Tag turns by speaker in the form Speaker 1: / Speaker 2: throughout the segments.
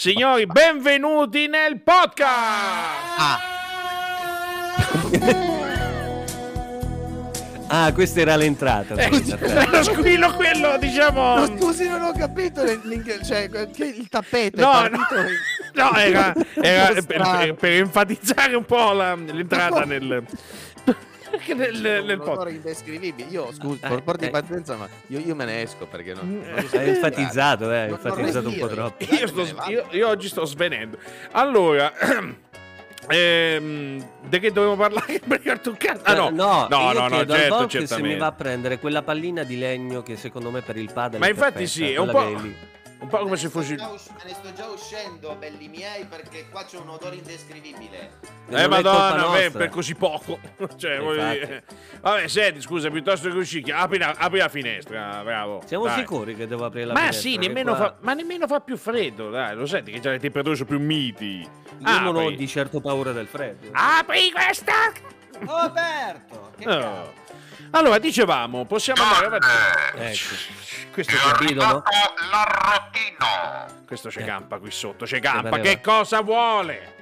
Speaker 1: Signori, benvenuti nel podcast!
Speaker 2: Ah,
Speaker 3: Ah, questa era l'entrata.
Speaker 1: Eh,
Speaker 3: Sì, certo. vabbè.
Speaker 1: lo squillo quello, diciamo...
Speaker 2: no, scusi, non ho capito le- l'ing- cioè, che il tappeto.
Speaker 1: No,
Speaker 2: è
Speaker 1: no,
Speaker 2: partito-
Speaker 1: no, era, era per,
Speaker 2: Strano.
Speaker 1: per- per enfatizzare un po' la- l'entrata
Speaker 2: Ma no.
Speaker 1: nel, nel, nel,
Speaker 2: un odore
Speaker 1: podcast.
Speaker 2: indescrivibile. Io scusi,
Speaker 3: Eh,
Speaker 2: per porto di
Speaker 3: eh.
Speaker 2: pazienza, ma io, io me ne esco perché
Speaker 1: Mm.
Speaker 2: non. non riesco a
Speaker 3: Hai enfatizzato, eh, hai
Speaker 2: Non- non
Speaker 3: enfatizzato un po'
Speaker 2: respiro.
Speaker 3: troppo.
Speaker 1: Io, sto-
Speaker 2: Me ne vado.
Speaker 1: io- io oggi sto svenendo. Allora, ehm, di che dovevo parlare? Perché ho toccato- Ah, no,
Speaker 3: no,
Speaker 1: no,
Speaker 3: io
Speaker 1: no, no,
Speaker 3: chiedo al
Speaker 1: certo,
Speaker 3: Bob se mi
Speaker 1: certamente.
Speaker 3: va a prendere quella pallina di legno che secondo me per il padre
Speaker 1: Ma infatti sì, è un po', Eh, un po' come se fossi...
Speaker 4: Me ne sto già us- me ne sto già uscendo, belli miei, perché qua c'è un odore indescrivibile.
Speaker 1: Eh madonna, beh, per così poco. Cioè, voglio
Speaker 3: Infatti.
Speaker 1: dire. Vabbè, senti, scusa, piuttosto che uscire, apri la, apri la finestra, bravo.
Speaker 3: Siamo
Speaker 1: dai.
Speaker 3: sicuri che devo aprire la
Speaker 1: Ma
Speaker 3: finestra?
Speaker 1: sì,
Speaker 3: Che
Speaker 1: nemmeno
Speaker 3: qua
Speaker 1: fa, ma nemmeno fa più freddo, dai, lo senti che già le temperature sono più miti.
Speaker 3: Io
Speaker 1: Ah,
Speaker 3: non ho
Speaker 1: apri.
Speaker 3: di certo paura del freddo.
Speaker 1: Apri questa!
Speaker 4: Ho aperto! Che
Speaker 1: Oh.
Speaker 4: cazzo?
Speaker 1: Allora, dicevamo, possiamo andare avanti.
Speaker 3: Ecco.
Speaker 1: Questo,
Speaker 3: Ho capito, no?
Speaker 5: l'arrotino!
Speaker 1: questo c'è
Speaker 3: Ecco.
Speaker 1: campa qui sotto, c'è campa.
Speaker 3: pareva.
Speaker 1: Che cosa vuole?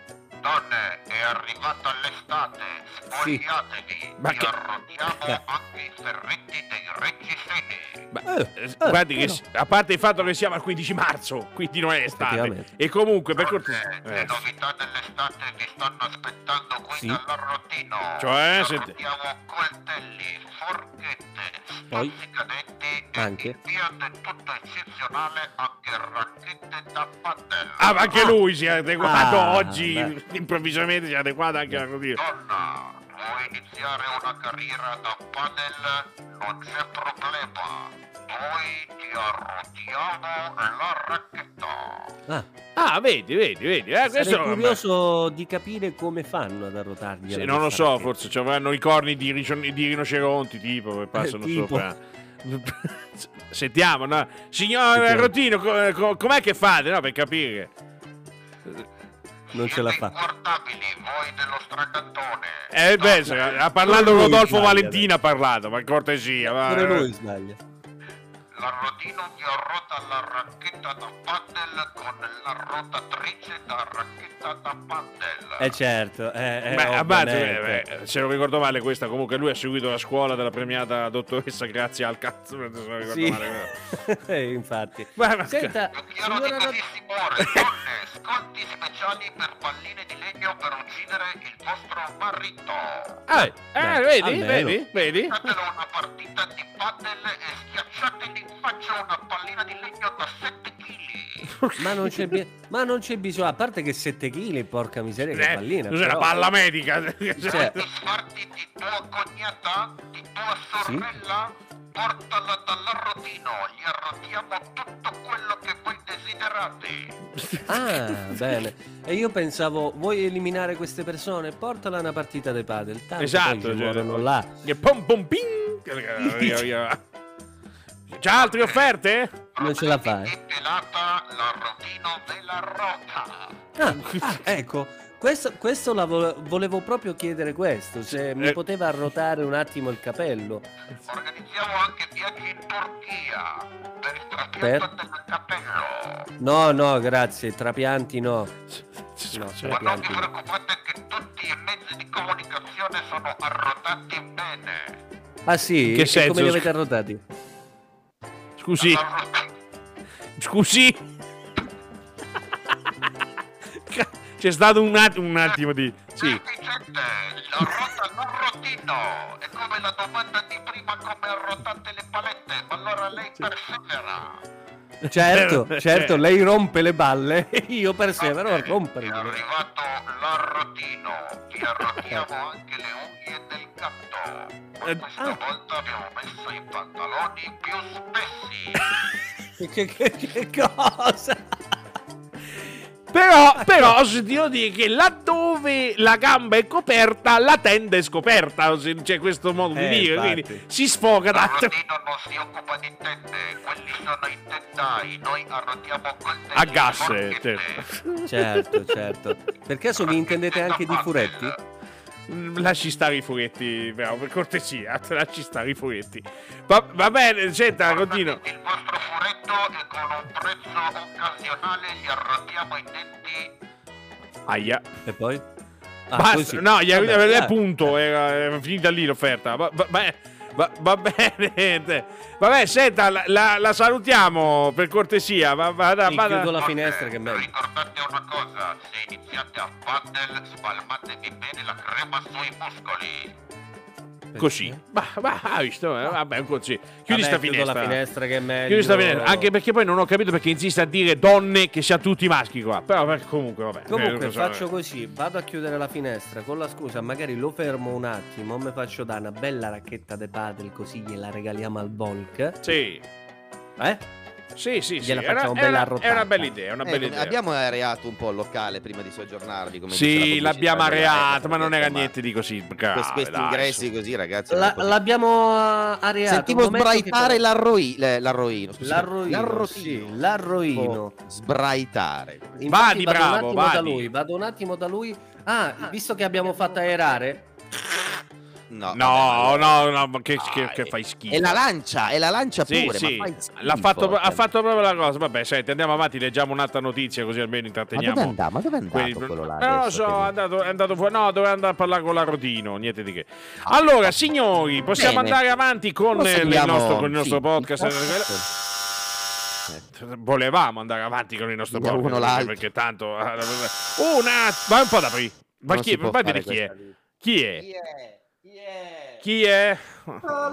Speaker 5: Donne, è arrivata l'estate,
Speaker 3: Sì.
Speaker 5: spogliatevi!
Speaker 1: Ma
Speaker 5: Vi
Speaker 1: che- Eh.
Speaker 5: arrotiamo anche i serretti dei reggiseni!
Speaker 1: Ma,
Speaker 3: Eh,
Speaker 1: eh,
Speaker 3: eh,
Speaker 1: guardi, che
Speaker 3: no.
Speaker 1: si- a parte il fatto che siamo al 15 marzo, quindi non è estate.
Speaker 3: Effettivamente.
Speaker 1: E comunque, per cortesia.
Speaker 5: Donne, le
Speaker 1: eh.
Speaker 5: novità dell'estate vi stanno aspettando qui
Speaker 3: Sì.
Speaker 5: dall'arrotino!
Speaker 1: Cioè,
Speaker 5: Vi
Speaker 1: senti-
Speaker 5: arrotiamo coltelli, forchette,
Speaker 3: Poi?
Speaker 5: spazzicadetti e
Speaker 3: Anche?
Speaker 5: in via del tutto eccezionale anche racchette da padella!
Speaker 1: Ah, ma anche lui si è adeguato
Speaker 3: Ah,
Speaker 1: oggi,
Speaker 3: beh.
Speaker 1: improvvisamente si è adeguato anche alla così.
Speaker 5: Donna, vuoi iniziare una carriera da padel? Non c'è problema. Noi ti arrotiamo la racchetta.
Speaker 3: Ah,
Speaker 1: Ah, vedi, vedi, vedi. Eh, questo
Speaker 3: sarei curioso di capire come fanno ad arrotargli.
Speaker 1: Sì,
Speaker 3: alla
Speaker 1: non lo
Speaker 3: testa.
Speaker 1: so, forse ci avranno i corni di, ricio- di rinoceronti, tipo, che passano
Speaker 3: tipo.
Speaker 1: sopra. Sentiamo, no? Signor
Speaker 3: Sentiamo.
Speaker 1: Rotino, co- co- com'è che fate, no? Per capire.
Speaker 3: Non ce la fa.
Speaker 5: Guardabili voi dello stracantone.
Speaker 1: Eh, beh, se- ha parlato
Speaker 3: Lui
Speaker 1: Rodolfo
Speaker 3: sbaglia,
Speaker 1: Valentino, ha parlato, ma cortesia. va. eh.
Speaker 3: Pure lui sbaglia.
Speaker 5: L'arrotino vi arrota la racchetta da padel con la rotatrice da racchetta da padel.
Speaker 3: Eh certo, eh, eh,
Speaker 1: Beh, abbazzo,
Speaker 3: ovviamente.
Speaker 1: eh, beh, se non ricordo male questa, comunque lui ha seguito la scuola della premiata dottoressa grazie al cazzo, se non ricordo
Speaker 3: Sì.
Speaker 1: male.
Speaker 3: Eh, infatti.
Speaker 1: Ma- ma-
Speaker 3: Senta,
Speaker 5: Lo chiaro di
Speaker 3: signora Rot-
Speaker 5: casissimo ore, donne, sconti speciali per palline di legno per uccidere il vostro marito.
Speaker 1: Ah, eh,
Speaker 3: Beh, Ah,
Speaker 1: vedi,
Speaker 3: almeno.
Speaker 1: vedi, vedi?
Speaker 5: Fatelo una partita di padel e schiacciateli in faccia una pallina di legno da 7 kg.
Speaker 3: ma, non c'è bi- ma non c'è bisogno, a parte che 7 kg, porca miseria, che
Speaker 1: Eh,
Speaker 3: pallina.
Speaker 1: cos'è la
Speaker 3: però.
Speaker 1: palla medica? Esatto.
Speaker 3: Cioè,
Speaker 5: Ti sfarti di tua cognata, di tua
Speaker 3: Sì.
Speaker 5: sorella, portala dall'arrotino, gli arrotiamo tutto quello che voi desiderate.
Speaker 3: Ah, bene. E io pensavo, vuoi eliminare queste persone? Portala a una partita di padel. Tanto
Speaker 1: Esatto,
Speaker 3: poi ci
Speaker 1: cioè,
Speaker 3: muoiono là.
Speaker 1: Che pom pom ping! Via, via. C'ha altre offerte?
Speaker 3: Non ce la fa,
Speaker 5: E
Speaker 3: eh.
Speaker 5: pelata l'arrotino della rota.
Speaker 3: Ah, ah, ecco. Questo, questo la vo- volevo proprio chiedere questo, se mi
Speaker 1: Eh.
Speaker 3: poteva arrotare un attimo il capello.
Speaker 5: Organizziamo anche viaggi in Turchia per il trapianto del capello.
Speaker 3: No, no, grazie, trapianti no. No,
Speaker 5: Ma non vi
Speaker 3: trapianti no.
Speaker 5: preoccupate che tutti i mezzi di comunicazione sono arrotati bene.
Speaker 3: Ah sì?
Speaker 1: In che
Speaker 3: E
Speaker 1: senso?
Speaker 3: come li avete arrotati?
Speaker 1: Scusi,
Speaker 5: Allora,
Speaker 1: scusi. C'è stato un, att- un attimo di... Sì.
Speaker 5: Vicente, Eh, la rota non rotino. È come la domanda di prima come arrotate le palette, ma allora lei persevera.
Speaker 3: Certo,
Speaker 1: Eh,
Speaker 3: certo,
Speaker 1: eh.
Speaker 3: lei rompe le balle e io persevero a
Speaker 5: Vabbè, È
Speaker 3: romperle.
Speaker 5: arrivato l'arrotino. Ti arrotiamo anche le unghie del gatto. Ma
Speaker 1: Eh,
Speaker 5: questa
Speaker 1: ah.
Speaker 5: volta abbiamo messo i pantaloni più spessi.
Speaker 3: Che, che- che cosa?
Speaker 1: Però, però, ho sentito dire che laddove la gamba è coperta, la tenda è scoperta. o se- C'è questo modo di
Speaker 3: Eh,
Speaker 1: dire,
Speaker 3: infatti.
Speaker 1: quindi si sfoga da...
Speaker 5: L'arrotino non si occupa di tende, quelli sono i tendai, noi arrotiamo coltelli
Speaker 1: A
Speaker 5: e
Speaker 1: gas, eh,
Speaker 5: forchette.
Speaker 1: certo.
Speaker 3: Certo, certo. Per caso vi intendete anche di furetti?
Speaker 1: Mm, Lasci stare i furetti, però, per cortesia, lasci stare i furetti. Va, va bene, senta, continuo.
Speaker 5: Il vostro furetto e con un prezzo occasionale gli arrotiamo i denti.
Speaker 1: Aia.
Speaker 3: E poi? Ah,
Speaker 1: Basta,
Speaker 3: così.
Speaker 1: no, gli
Speaker 3: Vabbè, Eh.
Speaker 1: è
Speaker 3: dai.
Speaker 1: punto, era, era finita lì l'offerta. Va, va- va- va- va bene, niente. vabbè, senta, la, la- la salutiamo per cortesia. Va, vada,
Speaker 3: Sì,
Speaker 1: vada.
Speaker 3: chiudo la finestra che è meglio.
Speaker 5: Ricordate una cosa, se iniziate a paddle spalmatevi bene la crema sui muscoli.
Speaker 1: Così,
Speaker 3: Perché?
Speaker 1: va, va, ha visto? Eh, Vabbè, un così. Chiudi
Speaker 3: Eh. Vabbè,
Speaker 1: sta
Speaker 3: chiudo
Speaker 1: finestra.
Speaker 3: la finestra che è meglio.
Speaker 1: Chiudi sta finestra. Anche perché poi non ho capito perché insiste a dire donne che siano tutti maschi qua. Però beh, comunque, vabbè.
Speaker 3: Comunque
Speaker 1: Eh, so-
Speaker 3: faccio così, vado a chiudere la finestra con la scusa, magari lo fermo un attimo, mi faccio dare una bella racchetta de padel così gliela regaliamo al Volk.
Speaker 1: Sì,
Speaker 3: Eh?
Speaker 1: sì, sì. sì.
Speaker 3: Gliela
Speaker 1: Era-
Speaker 3: facciamo
Speaker 1: era-
Speaker 3: bella
Speaker 1: È una
Speaker 3: arrotata.
Speaker 1: bella idea, è una
Speaker 2: Ecco,
Speaker 1: bella
Speaker 4: Eh,
Speaker 1: idea.
Speaker 4: abbiamo areato un po' il locale prima di soggiornarvi. Come dice
Speaker 1: Sì,
Speaker 4: la pubblicità
Speaker 1: l'abbiamo
Speaker 4: della Rai,
Speaker 1: areato, ma non era
Speaker 4: insomma,
Speaker 1: niente di così.
Speaker 4: quest-
Speaker 1: grave,
Speaker 4: questi
Speaker 1: dai,
Speaker 4: ingressi
Speaker 1: su.
Speaker 4: così, ragazzi.
Speaker 3: La-
Speaker 4: un po' di-
Speaker 3: l'abbiamo ah, areato.
Speaker 4: Sentivo
Speaker 3: un momento che
Speaker 4: sbraitare
Speaker 3: però-
Speaker 4: l'arroi- le- l'arroino. scusate.
Speaker 3: l'arroino.
Speaker 4: L'arrotino.
Speaker 3: sì, l'arroino.
Speaker 4: Oh, Sbraitare.
Speaker 1: Vadi,
Speaker 3: Infatti
Speaker 1: bravo,
Speaker 3: vado un attimo
Speaker 1: vadi.
Speaker 3: da lui, vado un attimo da lui. Ah, visto che abbiamo fatto aerare,
Speaker 4: No,
Speaker 1: No,
Speaker 4: vabbè,
Speaker 1: no, no, ma che,
Speaker 4: dai.
Speaker 1: che- che fai schifo.
Speaker 4: È la lancia, è la lancia
Speaker 1: Sì,
Speaker 4: pure.
Speaker 1: sì.
Speaker 4: Ma fai schifo,
Speaker 1: L'ha fatto,
Speaker 4: cioè.
Speaker 1: ha fatto proprio la cosa. Vabbè, senti, andiamo avanti, leggiamo un'altra notizia così almeno
Speaker 4: Ma dove
Speaker 1: intratteniamo.
Speaker 4: andava? Ma dove è andato
Speaker 1: Quelli-
Speaker 4: quello là?
Speaker 1: non lo
Speaker 4: adesso
Speaker 1: so, eh,
Speaker 4: che-
Speaker 1: è andato, è andato fuori. No, doveva andare a parlare con la Rodino, niente di che. Allora, signori, possiamo
Speaker 4: Ah, Bene.
Speaker 1: andare avanti con, eh, il
Speaker 4: Proseguiamo-
Speaker 1: nostro, con il nostro
Speaker 4: sì,
Speaker 1: podcast. Volevamo andare avanti con il nostro
Speaker 4: Vediamo
Speaker 1: podcast
Speaker 4: uno
Speaker 1: perché,
Speaker 4: l'altro.
Speaker 1: perché tanto. ah, Una. Vai un po' da aprì. Ma
Speaker 4: Non
Speaker 1: chi,
Speaker 4: si può
Speaker 1: vai a vedere
Speaker 4: fare
Speaker 1: chi è? Chi è?
Speaker 4: Chi è? Chi è?
Speaker 1: Chi è?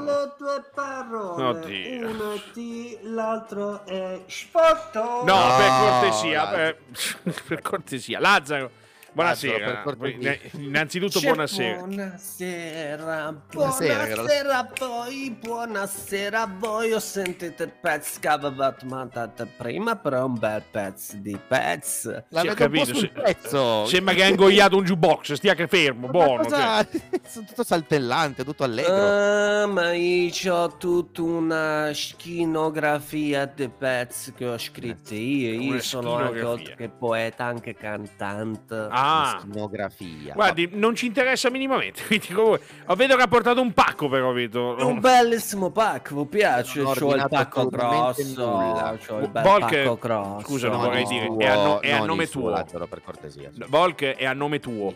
Speaker 6: le tue parole.
Speaker 1: Oddio.
Speaker 6: Uno è T, l'altro è sporto.
Speaker 1: No,
Speaker 4: No,
Speaker 1: per cortesia,
Speaker 4: Lazzaro.
Speaker 1: per, per cortesia. Lazzaro, buonasera.
Speaker 4: per cortesia.
Speaker 1: Inna- Innanzitutto buonasera.
Speaker 3: Buonasera,
Speaker 4: Buonasera,
Speaker 3: buonasera, a voi, buonasera a voi. Ho sentito il pezzo che avevate mandato prima, però è un bel pezzo di pezzo.
Speaker 2: La
Speaker 1: Sì, ho
Speaker 2: vedo un po'
Speaker 1: capito,
Speaker 2: sul
Speaker 1: sì.
Speaker 2: pezzo.
Speaker 1: Sembra che ha ingoiato un jukebox, stia che fermo,
Speaker 2: Ma
Speaker 1: buono. cioè. Eh,
Speaker 2: cosa- Sono tutto saltellante, tutto allegro.
Speaker 3: Ah, ma io ho tutta una schinografia di pezzi che ho scritto io. Io
Speaker 1: Eh, Una
Speaker 3: sono anche
Speaker 1: schinografia.
Speaker 3: oltre che poeta, anche cantante.
Speaker 1: Ah,
Speaker 4: Etnografia.
Speaker 1: guardi, non ci interessa minimamente. quindi comunque- oh, vedo che ha portato un pacco, però, vedo.
Speaker 3: Un bellissimo pacco, vi piace?
Speaker 4: Non ho
Speaker 3: C'ho il
Speaker 4: ordinato
Speaker 3: pacco
Speaker 4: assolutamente
Speaker 3: grosso.
Speaker 4: nulla.
Speaker 3: C'ho il bel
Speaker 1: Volker,
Speaker 3: pacco grosso.
Speaker 1: scusa,
Speaker 4: No,
Speaker 1: vorrei
Speaker 4: il
Speaker 1: dire,
Speaker 4: suo-
Speaker 1: è a no- è a
Speaker 4: non il
Speaker 1: nome
Speaker 4: suo,
Speaker 1: tuo.
Speaker 4: Lazzaro, per cortesia.
Speaker 1: Volk è a nome tuo.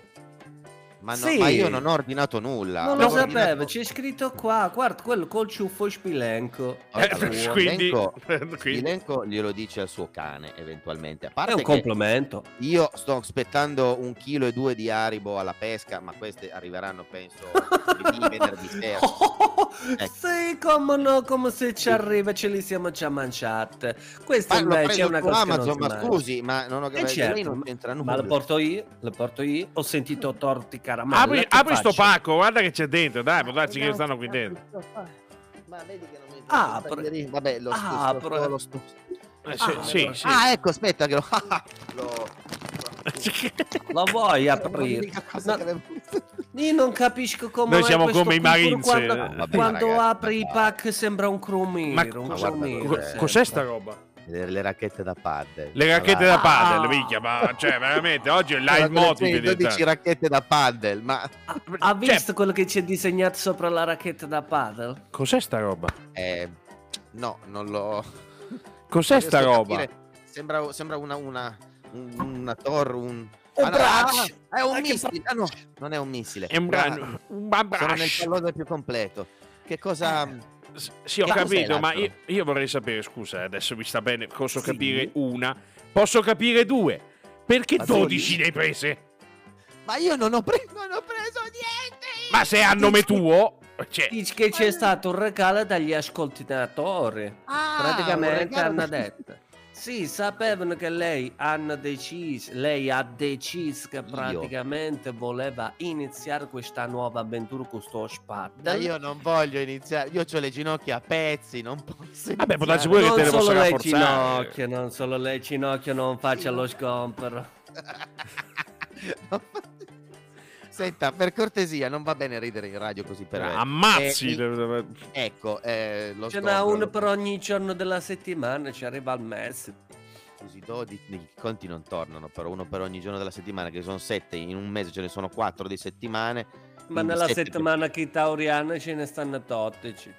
Speaker 4: Ma, no,
Speaker 3: Sì.
Speaker 4: ma io non ho ordinato nulla. ho
Speaker 3: Non lo
Speaker 4: ordinato-
Speaker 3: sapevo, c'è scritto qua, guarda quello col ciuffo spilenco.
Speaker 4: Eh,
Speaker 3: È
Speaker 4: allora,
Speaker 3: tuo.
Speaker 1: quindi,
Speaker 4: l'elenco-
Speaker 1: quindi-
Speaker 4: L'elenco glielo dice al suo cane, eventualmente. A
Speaker 3: È
Speaker 4: parte
Speaker 3: un
Speaker 4: che-
Speaker 3: complimento.
Speaker 4: Io sto aspettando un chilo e due di Aribo alla pesca, ma queste arriveranno penso giovedì, venerdì sera.
Speaker 3: Oh,
Speaker 4: Ecco.
Speaker 3: Sì, come no, come se ci arriva, ce li siamo già mangiati. Questa
Speaker 4: Ma l'ho
Speaker 3: invece è
Speaker 4: preso
Speaker 3: una
Speaker 4: su
Speaker 3: cosa
Speaker 4: Amazon,
Speaker 3: che non si
Speaker 4: ma
Speaker 3: mangia.
Speaker 4: scusi, ma non ho
Speaker 3: Eh
Speaker 4: capito, lei
Speaker 3: certo,
Speaker 4: non
Speaker 3: ma,
Speaker 4: c'entra
Speaker 3: ma
Speaker 4: nulla.
Speaker 3: lo porto io, lo porto io. Ho sentito torti caramelle.
Speaker 1: Apri,
Speaker 3: che
Speaker 1: apri sto
Speaker 3: faccio?
Speaker 1: pacco, guarda che c'è dentro, dai, può darsi che stanno qui dentro.
Speaker 4: Ma vedi che non mi
Speaker 3: Ah,
Speaker 4: interessa
Speaker 3: pre-
Speaker 4: ieri- Vabbè, lo sto,
Speaker 3: Ah,
Speaker 4: sto-
Speaker 3: pre-
Speaker 4: lo sto-
Speaker 1: Eh, sì,
Speaker 3: Ah,
Speaker 1: sì, sì.
Speaker 4: Ah, ecco, aspetta che lo... lo...
Speaker 3: Lo vuoi
Speaker 4: Era
Speaker 3: aprire?
Speaker 4: l'unica cosa
Speaker 3: No.
Speaker 4: che avevo-
Speaker 3: Io non capisco come
Speaker 1: Noi
Speaker 3: mai
Speaker 1: siamo
Speaker 3: questo
Speaker 1: come i
Speaker 3: Cooper
Speaker 1: Marines.
Speaker 3: Quando,
Speaker 1: No,
Speaker 4: vabbè,
Speaker 3: quando
Speaker 4: ragazzi,
Speaker 3: apri i
Speaker 4: dai.
Speaker 3: pack sembra un crumiro.
Speaker 1: Ma-
Speaker 3: un
Speaker 4: ma guarda,
Speaker 3: crumiro,
Speaker 1: Co-
Speaker 4: eh,
Speaker 1: Cos'è sta
Speaker 3: sembra.
Speaker 1: roba?
Speaker 4: Le, le racchette da padel.
Speaker 1: Le racchette da
Speaker 4: Allora,
Speaker 1: padel,
Speaker 3: Ah.
Speaker 1: minchia, ma cioè veramente oggi è il
Speaker 4: allora,
Speaker 1: live motive.
Speaker 4: 12 cioè, racchette da padel, ma...
Speaker 3: Ha, ha
Speaker 1: Cioè-
Speaker 3: visto quello che c'è disegnato sopra la racchetta da paddle?
Speaker 1: Cos'è sta roba?
Speaker 4: eh, no, non l'ho...
Speaker 1: Cos'è sta
Speaker 4: Adesso
Speaker 1: roba?
Speaker 4: capire, sembra, sembra una, una, un- una torre, un...
Speaker 3: Un
Speaker 4: Ah, no,
Speaker 3: braccio!
Speaker 4: ah, è un
Speaker 3: Ah, che
Speaker 4: missile! Ah, no, non è un missile.
Speaker 1: È un
Speaker 4: Ma-
Speaker 1: brano, un bambino.
Speaker 4: Sono nel pallone più completo. Che cosa...
Speaker 1: S- Sì, ho
Speaker 4: Ma cos'è
Speaker 1: capito, ma
Speaker 4: l'altro?
Speaker 1: io, io vorrei sapere, scusa, eh, adesso mi sta bene, posso
Speaker 3: Sì.
Speaker 1: capire una, posso capire due, perché
Speaker 3: Ma
Speaker 1: 12
Speaker 3: sì.
Speaker 1: ne hai prese?
Speaker 2: Ma io non ho, pre- non ho preso niente.
Speaker 1: Ma se è a nome tuo, cioè,
Speaker 3: Dici che c'è stato un regalo dagli ascoltatori.
Speaker 2: Ah, un
Speaker 3: Praticamente
Speaker 2: regalo
Speaker 3: hanno
Speaker 2: da-
Speaker 3: detto. Sì, sapevano che lei hanno deciso, lei ha deciso che praticamente voleva iniziare questa nuova avventura con sto
Speaker 4: Ma
Speaker 3: spada.
Speaker 4: io non voglio iniziare. Io ho le ginocchia a pezzi, non posso.
Speaker 1: vabbè, può darsi
Speaker 4: iniziare.
Speaker 1: pure che te
Speaker 3: Non
Speaker 1: le posso
Speaker 3: solo le
Speaker 1: rafforzare.
Speaker 3: ginocchia, non solo le ginocchia, non faccia lo sgompero.
Speaker 4: Senta, per cortesia, non va bene ridere in radio così
Speaker 1: Ah,
Speaker 4: per me.
Speaker 1: Ammazzi!
Speaker 4: Eh, Ecco, eh, lo
Speaker 3: Ce n'è
Speaker 4: sgombro,
Speaker 3: uno
Speaker 4: lo-
Speaker 3: per ogni giorno della settimana, ci arriva al mese.
Speaker 4: Scusi, 12, i conti non tornano, però uno per ogni giorno della settimana, che sono 7, in un mese ce ne sono 4 di settimane.
Speaker 3: Ma
Speaker 4: quindi
Speaker 3: nella
Speaker 4: sette-
Speaker 3: settimana chitauriana ce ne stanno 14.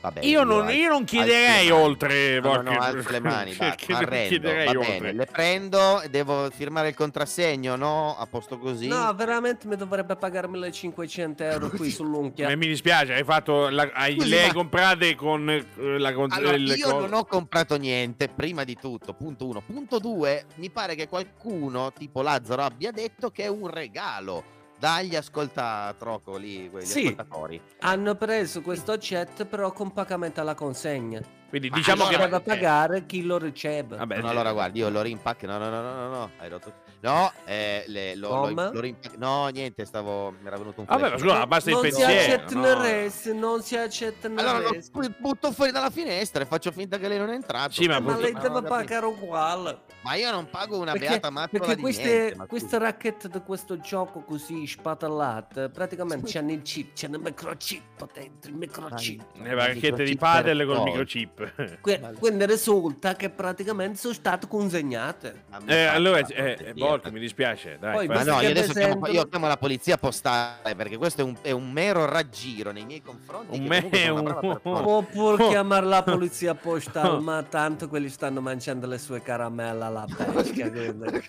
Speaker 4: Vabbè,
Speaker 1: Eh, Io non,
Speaker 4: al-
Speaker 1: io non chiederei
Speaker 4: alzo le mani.
Speaker 1: oltre.
Speaker 4: No, no,
Speaker 1: porca-
Speaker 4: no, alzo le mani,
Speaker 1: Cioè,
Speaker 4: va,
Speaker 1: chiede-
Speaker 4: mi arrendo,
Speaker 1: chiederei
Speaker 4: va
Speaker 1: oltre.
Speaker 4: bene, le prendo, e devo firmare il contrassegno, no? A posto così?
Speaker 3: No, veramente mi dovrebbe pagare 1500 euro qui sull'unchia.
Speaker 1: Ma Eh, mi dispiace, hai fatto la, hai,
Speaker 4: Scusi,
Speaker 1: le hai
Speaker 4: ma-
Speaker 1: comprate con eh, la con-
Speaker 4: Allora,
Speaker 1: le
Speaker 4: io
Speaker 1: cose-
Speaker 4: non ho comprato niente, prima di tutto, punto uno. Punto due, mi pare che qualcuno, tipo Lazzaro, abbia detto che è un regalo dagli ascoltatroco lì, quegli
Speaker 3: Sì.
Speaker 4: ascoltatori.
Speaker 3: Hanno preso questo chat però con pagamento alla consegna.
Speaker 1: Quindi
Speaker 4: Ma
Speaker 1: diciamo
Speaker 4: allora-
Speaker 1: che
Speaker 3: Deve
Speaker 4: eh.
Speaker 3: pagare chi lo riceve.
Speaker 1: Vabbè,
Speaker 4: No,
Speaker 1: eh,
Speaker 4: allora, guarda, io lo rimpacco. No, no, no, no, no, no, hai rotto. No, eh, le- lo,
Speaker 3: Come?
Speaker 4: lo, lo rimpac- No, niente, stavo. Mi era venuto un
Speaker 1: Vabbè,
Speaker 4: flash.
Speaker 1: scusa, basta il
Speaker 3: non si
Speaker 1: pensiero.
Speaker 3: accettano
Speaker 1: no?
Speaker 3: res, non si accettano
Speaker 4: Allora lo
Speaker 3: res.
Speaker 4: pu- butto fuori dalla finestra e faccio finta che lei non è entrato.
Speaker 1: Sì, ma
Speaker 3: Ma
Speaker 1: appunto-
Speaker 3: lei
Speaker 4: non
Speaker 3: deve
Speaker 4: ho capito.
Speaker 3: pagare uguale.
Speaker 4: Ma io non pago una
Speaker 3: Perché-
Speaker 4: beata mazzola
Speaker 3: Perché
Speaker 4: di
Speaker 3: queste,
Speaker 4: niente, ma
Speaker 3: queste racchette di questo gioco così spatellate, praticamente c'hanno il chip, c'hanno il microchip dentro, il microchip.
Speaker 1: Le racchette di padel con il microchip.
Speaker 3: Que- Quindi risulta che praticamente sono state consegnate.
Speaker 4: scusi, ma mi
Speaker 1: Eh,
Speaker 4: faccia
Speaker 1: allora,
Speaker 4: la
Speaker 1: eh, eh,
Speaker 4: cortesia,
Speaker 1: Volk, mi dispiace. Dai,
Speaker 3: Poi
Speaker 1: fai-
Speaker 4: Ma no,
Speaker 3: che
Speaker 4: io adesso
Speaker 3: presentano-
Speaker 4: chiamo, io chiamo la polizia postale perché questo è un, è un mero raggiro nei miei confronti.
Speaker 1: Un
Speaker 4: che comunque sono una
Speaker 1: me-
Speaker 4: brava persona.
Speaker 3: Può pur
Speaker 1: Oh.
Speaker 3: chiamare la polizia
Speaker 1: Oh.
Speaker 3: postale, ma tanto quelli stanno mangiando le sue caramelle alla pesca. quindi.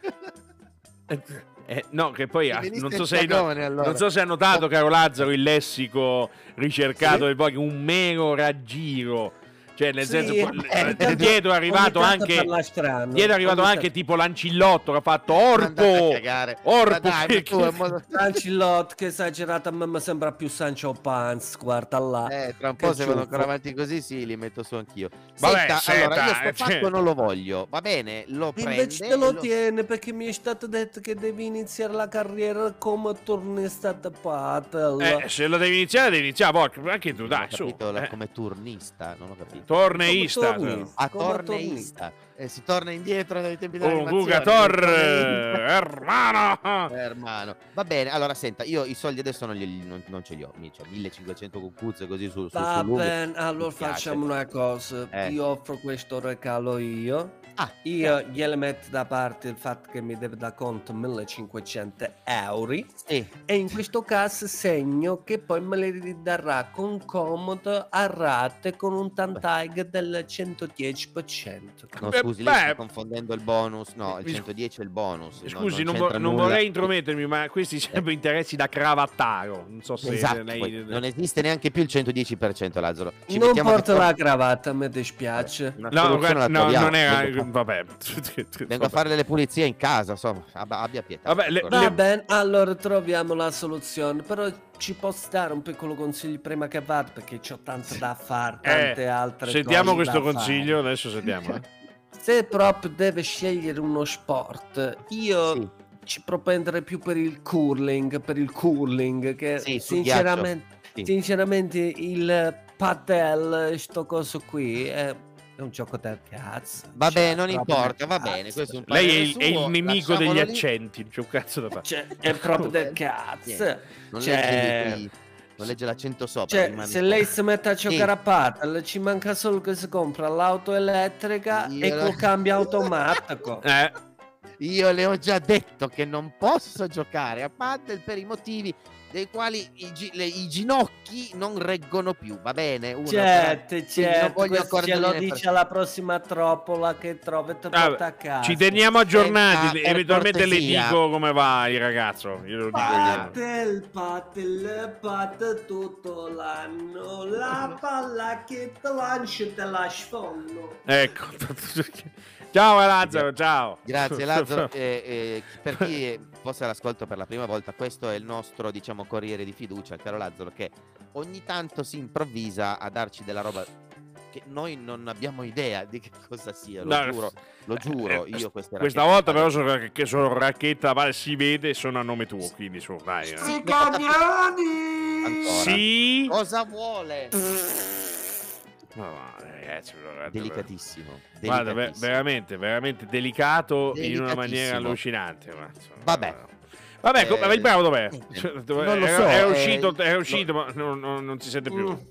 Speaker 1: Eh, no, che poi ah,
Speaker 4: veniste
Speaker 1: non, so
Speaker 4: il
Speaker 1: se hai no-
Speaker 4: cagone, allora.
Speaker 1: non so se hai notato, caro Lazzaro, il lessico ricercato del poi un mero raggiro. Cioè, nel
Speaker 3: Sì,
Speaker 1: senso,
Speaker 3: eh,
Speaker 1: quel-
Speaker 3: ogni tanto-
Speaker 1: dietro è arrivato
Speaker 3: ogni tanto
Speaker 1: anche.
Speaker 3: parla strano,
Speaker 1: Dietro è arrivato
Speaker 3: ogni
Speaker 1: anche tipo Lancillotto che ha fatto
Speaker 4: Andate a
Speaker 1: Orpo.
Speaker 4: cagare.
Speaker 1: Orpo,
Speaker 4: Ma dai, ma tu, è un modo-
Speaker 3: Cancellot, che esagerata, a me mi sembra più Sancho Panz, guarda là.
Speaker 4: Eh, tra un
Speaker 3: Che
Speaker 4: po' se vanno
Speaker 3: ciuffo.
Speaker 4: ancora avanti così, sì, li metto su anch'io.
Speaker 1: Vabbè,
Speaker 4: senta, allora,
Speaker 1: senta,
Speaker 4: io sto
Speaker 1: cioè-
Speaker 4: fatto non lo voglio, va bene, lo prende.
Speaker 3: Invece te lo
Speaker 4: e lo-
Speaker 3: tiene perché mi è stato detto che devi iniziare la carriera come turnista di paddle.
Speaker 1: Eh, se lo devi iniziare, devi iniziare. Volk, anche tu,
Speaker 4: Non
Speaker 1: dai,
Speaker 4: ho
Speaker 1: su.
Speaker 4: capito, la-
Speaker 1: eh.
Speaker 4: come turnista, non ho capito.
Speaker 1: Torneista.
Speaker 3: Come
Speaker 1: Un
Speaker 3: torneista.
Speaker 4: A
Speaker 3: Come
Speaker 4: torneista. Eh, si torna indietro dai tempi della
Speaker 1: Oh, Guga Tor. Hermano.
Speaker 4: Hermano. Va bene, allora senta, io i soldi adesso non, glieli- non- non ce li ho, mi- cioè, 1500 cucuzze così sul su,
Speaker 3: Va
Speaker 4: sull'ugo.
Speaker 3: bene, allora
Speaker 4: Mi piace.
Speaker 3: facciamo una cosa.
Speaker 4: Eh.
Speaker 3: Ti offro questo regalo io.
Speaker 4: Ah,
Speaker 3: Io gliele metto da parte il fatto che mi deve da conto 1500 euro.
Speaker 4: sì.
Speaker 3: E in questo caso segno che poi me le ridarà con comodo a rate con un tantag del 110%.
Speaker 4: No,
Speaker 1: Beh,
Speaker 4: scusi, lei
Speaker 1: beh.
Speaker 4: sta confondendo il bonus. No, il
Speaker 1: Mi scu-
Speaker 4: 110 è il bonus. no,
Speaker 1: Scusi, non, vo-
Speaker 4: c'entra
Speaker 1: non
Speaker 4: nulla.
Speaker 1: vorrei intromettermi, ma questi sarebbero interessi da cravattaro. Non so se
Speaker 4: Esatto,
Speaker 1: lei.
Speaker 4: poi non esiste neanche più il 110% Lazzaro. Ci
Speaker 3: non
Speaker 4: mettiamo
Speaker 3: porto la
Speaker 4: d'accordo.
Speaker 3: cravatta, mi dispiace.
Speaker 4: Una
Speaker 1: No,
Speaker 4: soluzione
Speaker 1: guarda,
Speaker 4: la
Speaker 1: no,
Speaker 4: troviamo.
Speaker 1: non era.
Speaker 4: Vengo,
Speaker 1: Vabbè.
Speaker 4: vengo a fare delle pulizie in casa, insomma, ab- abbia pietà.
Speaker 1: Vabbè, le-
Speaker 4: d'accordo.
Speaker 3: Va bene, allora troviamo la soluzione. Però ci posso dare un piccolo consiglio prima che vada perché c'ho tanto da fare, tante
Speaker 1: Eh,
Speaker 3: altre
Speaker 1: Sentiamo
Speaker 3: cose da
Speaker 1: questo
Speaker 3: fare.
Speaker 1: consiglio, adesso sentiamo. eh.
Speaker 3: Se proprio deve scegliere uno sport, io
Speaker 4: Sì.
Speaker 3: ci propenderei più per il curling, per il curling che
Speaker 4: Sì, sul ghiaccio.
Speaker 3: sinceramente,
Speaker 4: Sì.
Speaker 3: sinceramente il padel, sto coso qui è è un gioco del cazzo.
Speaker 4: Vabbè,
Speaker 3: Cioè,
Speaker 4: non
Speaker 3: proprio
Speaker 4: importa,
Speaker 3: del
Speaker 4: va
Speaker 3: cazzo.
Speaker 4: bene. Questo è un
Speaker 1: Lei è
Speaker 4: parere
Speaker 1: il, è
Speaker 4: suo,
Speaker 1: il nemico
Speaker 4: lasciamolo
Speaker 1: degli
Speaker 4: lì.
Speaker 1: accenti. Non c'è un cazzo da fare.
Speaker 3: Cioè, è proprio del cazzo.
Speaker 4: Non,
Speaker 3: Cioè-
Speaker 4: legge i- non legge l'accento sopra.
Speaker 3: Cioè,
Speaker 4: rimane
Speaker 3: se
Speaker 4: sopra.
Speaker 3: lei si mette a giocare
Speaker 4: Sì.
Speaker 3: a paddle, ci manca solo che si compra l'auto elettrica
Speaker 4: Io
Speaker 3: e
Speaker 4: la-
Speaker 3: col cambio automatico.
Speaker 1: Eh,
Speaker 4: Io le ho già detto che non posso giocare a padel per i motivi dei quali i, gi- le- i ginocchi non reggono più, va bene? Uno
Speaker 3: Certo,
Speaker 4: Sì, non
Speaker 3: certo,
Speaker 4: voglio
Speaker 3: questo ce lo
Speaker 4: accordare-
Speaker 3: dice alla prossima troppola che trovi e te
Speaker 1: Ah,
Speaker 3: porta a casa.
Speaker 1: ci teniamo aggiornati.
Speaker 4: Senta, per
Speaker 1: Eventualmente le
Speaker 4: cortesia.
Speaker 1: dico come va il ragazzo. Glielo dico io.
Speaker 3: Patel, patel, patel tutto l'anno, la palla che te lancio te la sfondo.
Speaker 1: Ecco. ciao Lazzaro, ciao.
Speaker 4: Grazie Lazzaro, Eh, eh, per chi eh, fosse all'ascolto per la prima volta, questo è il nostro diciamo corriere di fiducia, il caro Lazzaro, che ogni tanto si improvvisa a darci della roba che noi non abbiamo idea di che cosa sia, lo
Speaker 1: No,
Speaker 4: giuro, lo
Speaker 1: eh,
Speaker 4: giuro,
Speaker 1: eh,
Speaker 4: io
Speaker 1: Questa
Speaker 4: queste racchette-
Speaker 1: volta però sono, rac- che sono racchetta, vale, si vede, sono a nome tuo, quindi su, dai. eh.
Speaker 6: Sti cagnoni!
Speaker 4: Ancora.
Speaker 1: Sì.
Speaker 4: Cosa
Speaker 1: Eh,
Speaker 4: vuole?
Speaker 1: No, no, ragazzi, guardate,
Speaker 4: Delicatissimo.
Speaker 1: Guarda, ver-
Speaker 4: delicatissimo.
Speaker 1: veramente, veramente delicato in una maniera
Speaker 4: Delicatissimo.
Speaker 1: allucinante. ma insomma,
Speaker 4: Vabbè.
Speaker 1: Vabbè, com-
Speaker 4: Eh,
Speaker 1: ma il bravo dov'è?
Speaker 4: eh,
Speaker 1: Cioè, dov'è?
Speaker 4: non lo
Speaker 1: era,
Speaker 4: so,
Speaker 1: era
Speaker 4: eh,
Speaker 1: uscito, era
Speaker 4: lo-
Speaker 1: uscito ma non, non- non si sente più.
Speaker 3: Mm.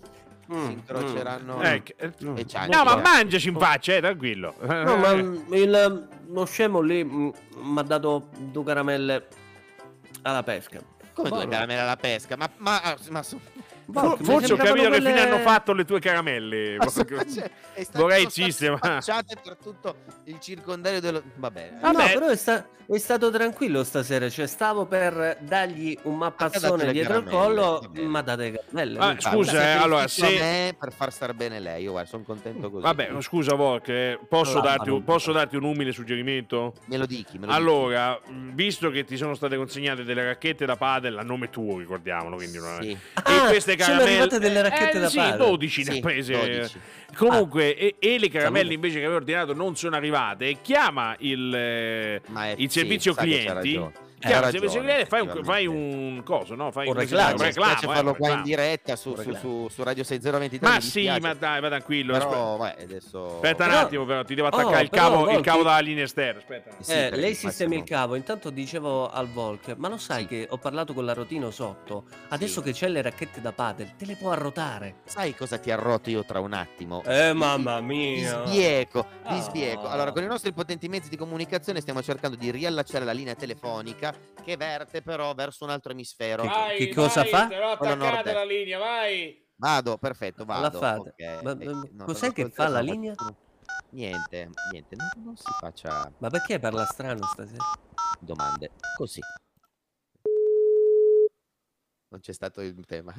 Speaker 3: Mm,
Speaker 4: si incroceranno
Speaker 1: Ecco.
Speaker 4: Mm. e c'hanno.
Speaker 1: No, ma mangiaci in faccia, eh, tranquillo. Eh,
Speaker 3: No, ma il, lo scemo lì mm, mi ha dato due caramelle alla pesca.
Speaker 4: Come due
Speaker 3: Buono.
Speaker 4: caramelle alla pesca? Ma, ma, ma su-
Speaker 3: Boh,
Speaker 1: For-
Speaker 3: mi
Speaker 1: Forse ho
Speaker 3: sembravano
Speaker 1: capito che
Speaker 3: quelle-
Speaker 1: fine hanno fatto le tue caramelle.
Speaker 4: ma su-
Speaker 1: Porco-
Speaker 4: cioè, è stato-
Speaker 1: Vorrei eh.
Speaker 4: sono state
Speaker 1: cisse, ma-
Speaker 4: spacciate per tutto il circondario dello... Vabbè. eh.
Speaker 3: Ah, no,
Speaker 1: Vabbè.
Speaker 3: però è, sta- è stato tranquillo stasera. Cioè, stavo per dargli un
Speaker 4: Ha dato
Speaker 3: mappazzone
Speaker 4: le
Speaker 3: dietro il
Speaker 4: caramelle,
Speaker 3: collo,
Speaker 4: va bene.
Speaker 3: ma date caramelle.
Speaker 1: Ah,
Speaker 3: non
Speaker 4: Guarda,
Speaker 1: scusa, eh, allora,
Speaker 4: sacrificio
Speaker 1: se-
Speaker 4: a me per far star bene lei, io guarda, sono contento così. Mm.
Speaker 1: Vabbè, no, scusa, Vork, eh, posso,
Speaker 3: Allora,
Speaker 1: darti, un- posso darti un umile suggerimento?
Speaker 4: Me lo dici, me lo
Speaker 1: Allora, mh, visto che ti sono state consegnate delle racchette da padel a nome tuo, ricordiamolo, quindi
Speaker 4: dici.
Speaker 1: non è-
Speaker 4: Sì,
Speaker 3: Ah,
Speaker 1: e queste
Speaker 3: sono
Speaker 1: caramelle
Speaker 3: arrivate delle racchette
Speaker 1: eh,
Speaker 3: da
Speaker 1: sì,
Speaker 3: padel.
Speaker 1: 12 ne ha
Speaker 4: sì, Ah.
Speaker 1: prese. eh.
Speaker 4: 12.
Speaker 1: Comunque, e, e le
Speaker 4: Saluto.
Speaker 1: caramelle invece che avevo ordinato non sono arrivate. Chiama il, eh,
Speaker 4: Ma è-
Speaker 1: il
Speaker 4: sì,
Speaker 1: servizio
Speaker 4: sa che c'ha
Speaker 1: clienti.
Speaker 4: ragione.
Speaker 1: Chiama
Speaker 4: Ha
Speaker 1: il servizio
Speaker 4: ragione,
Speaker 1: clienti, fai un, fai
Speaker 4: effettivamente.
Speaker 1: un coso, no? Fai
Speaker 3: Un
Speaker 1: come si
Speaker 3: reclamo,
Speaker 1: chiama?
Speaker 4: Mi dispiace
Speaker 1: eh,
Speaker 4: farlo
Speaker 1: un
Speaker 4: qua in
Speaker 1: reclamo.
Speaker 4: diretta su, su,
Speaker 3: Reclamo.
Speaker 4: su, su Radio 6020.
Speaker 1: Ma
Speaker 4: mi
Speaker 1: sì,
Speaker 4: dispiace,
Speaker 1: ma dai, ma tranquillo. aspe-
Speaker 4: Però, vabbè, adesso...
Speaker 1: Aspetta un
Speaker 3: Però-
Speaker 1: attimo, però ti devo
Speaker 3: Oh,
Speaker 1: attaccare il,
Speaker 3: però,
Speaker 1: cavo, il
Speaker 3: Volpi-
Speaker 1: cavo dalla linea esterna. Aspetta. un attimo.
Speaker 4: Sì,
Speaker 3: Eh,
Speaker 4: prego,
Speaker 3: lei sistema il
Speaker 4: Massimo.
Speaker 3: cavo. Intanto dicevo al Volk, ma lo sai
Speaker 4: Sì.
Speaker 3: che ho parlato con la rotina sotto. Adesso
Speaker 4: Sì.
Speaker 3: che c'è le racchette da padel, te le può arrotare.
Speaker 4: Sai cosa ti arroto io tra un attimo?
Speaker 3: Eh, mamma
Speaker 4: Di
Speaker 3: mia.
Speaker 4: sbieco, di
Speaker 3: Ah.
Speaker 4: sbieco. Allora, con i nostri potenti mezzi di comunicazione stiamo cercando di riallacciare la linea telefonica che verte però verso un altro emisfero.
Speaker 3: Che- che cosa fa?
Speaker 4: attaccate la
Speaker 1: linea, vai.
Speaker 4: Vado, perfetto,
Speaker 3: La
Speaker 4: vado.
Speaker 3: fate.
Speaker 4: ok.
Speaker 3: Ma-
Speaker 4: Eh,
Speaker 3: ma-
Speaker 4: sì, no,
Speaker 3: cos'è
Speaker 4: non
Speaker 3: che
Speaker 4: ascolta,
Speaker 3: fa la
Speaker 4: no,
Speaker 3: linea?
Speaker 4: Niente, niente, non, non si faccia
Speaker 3: Ma perché parla strano stasera?
Speaker 4: domande. Così. Non c'è stato il tema.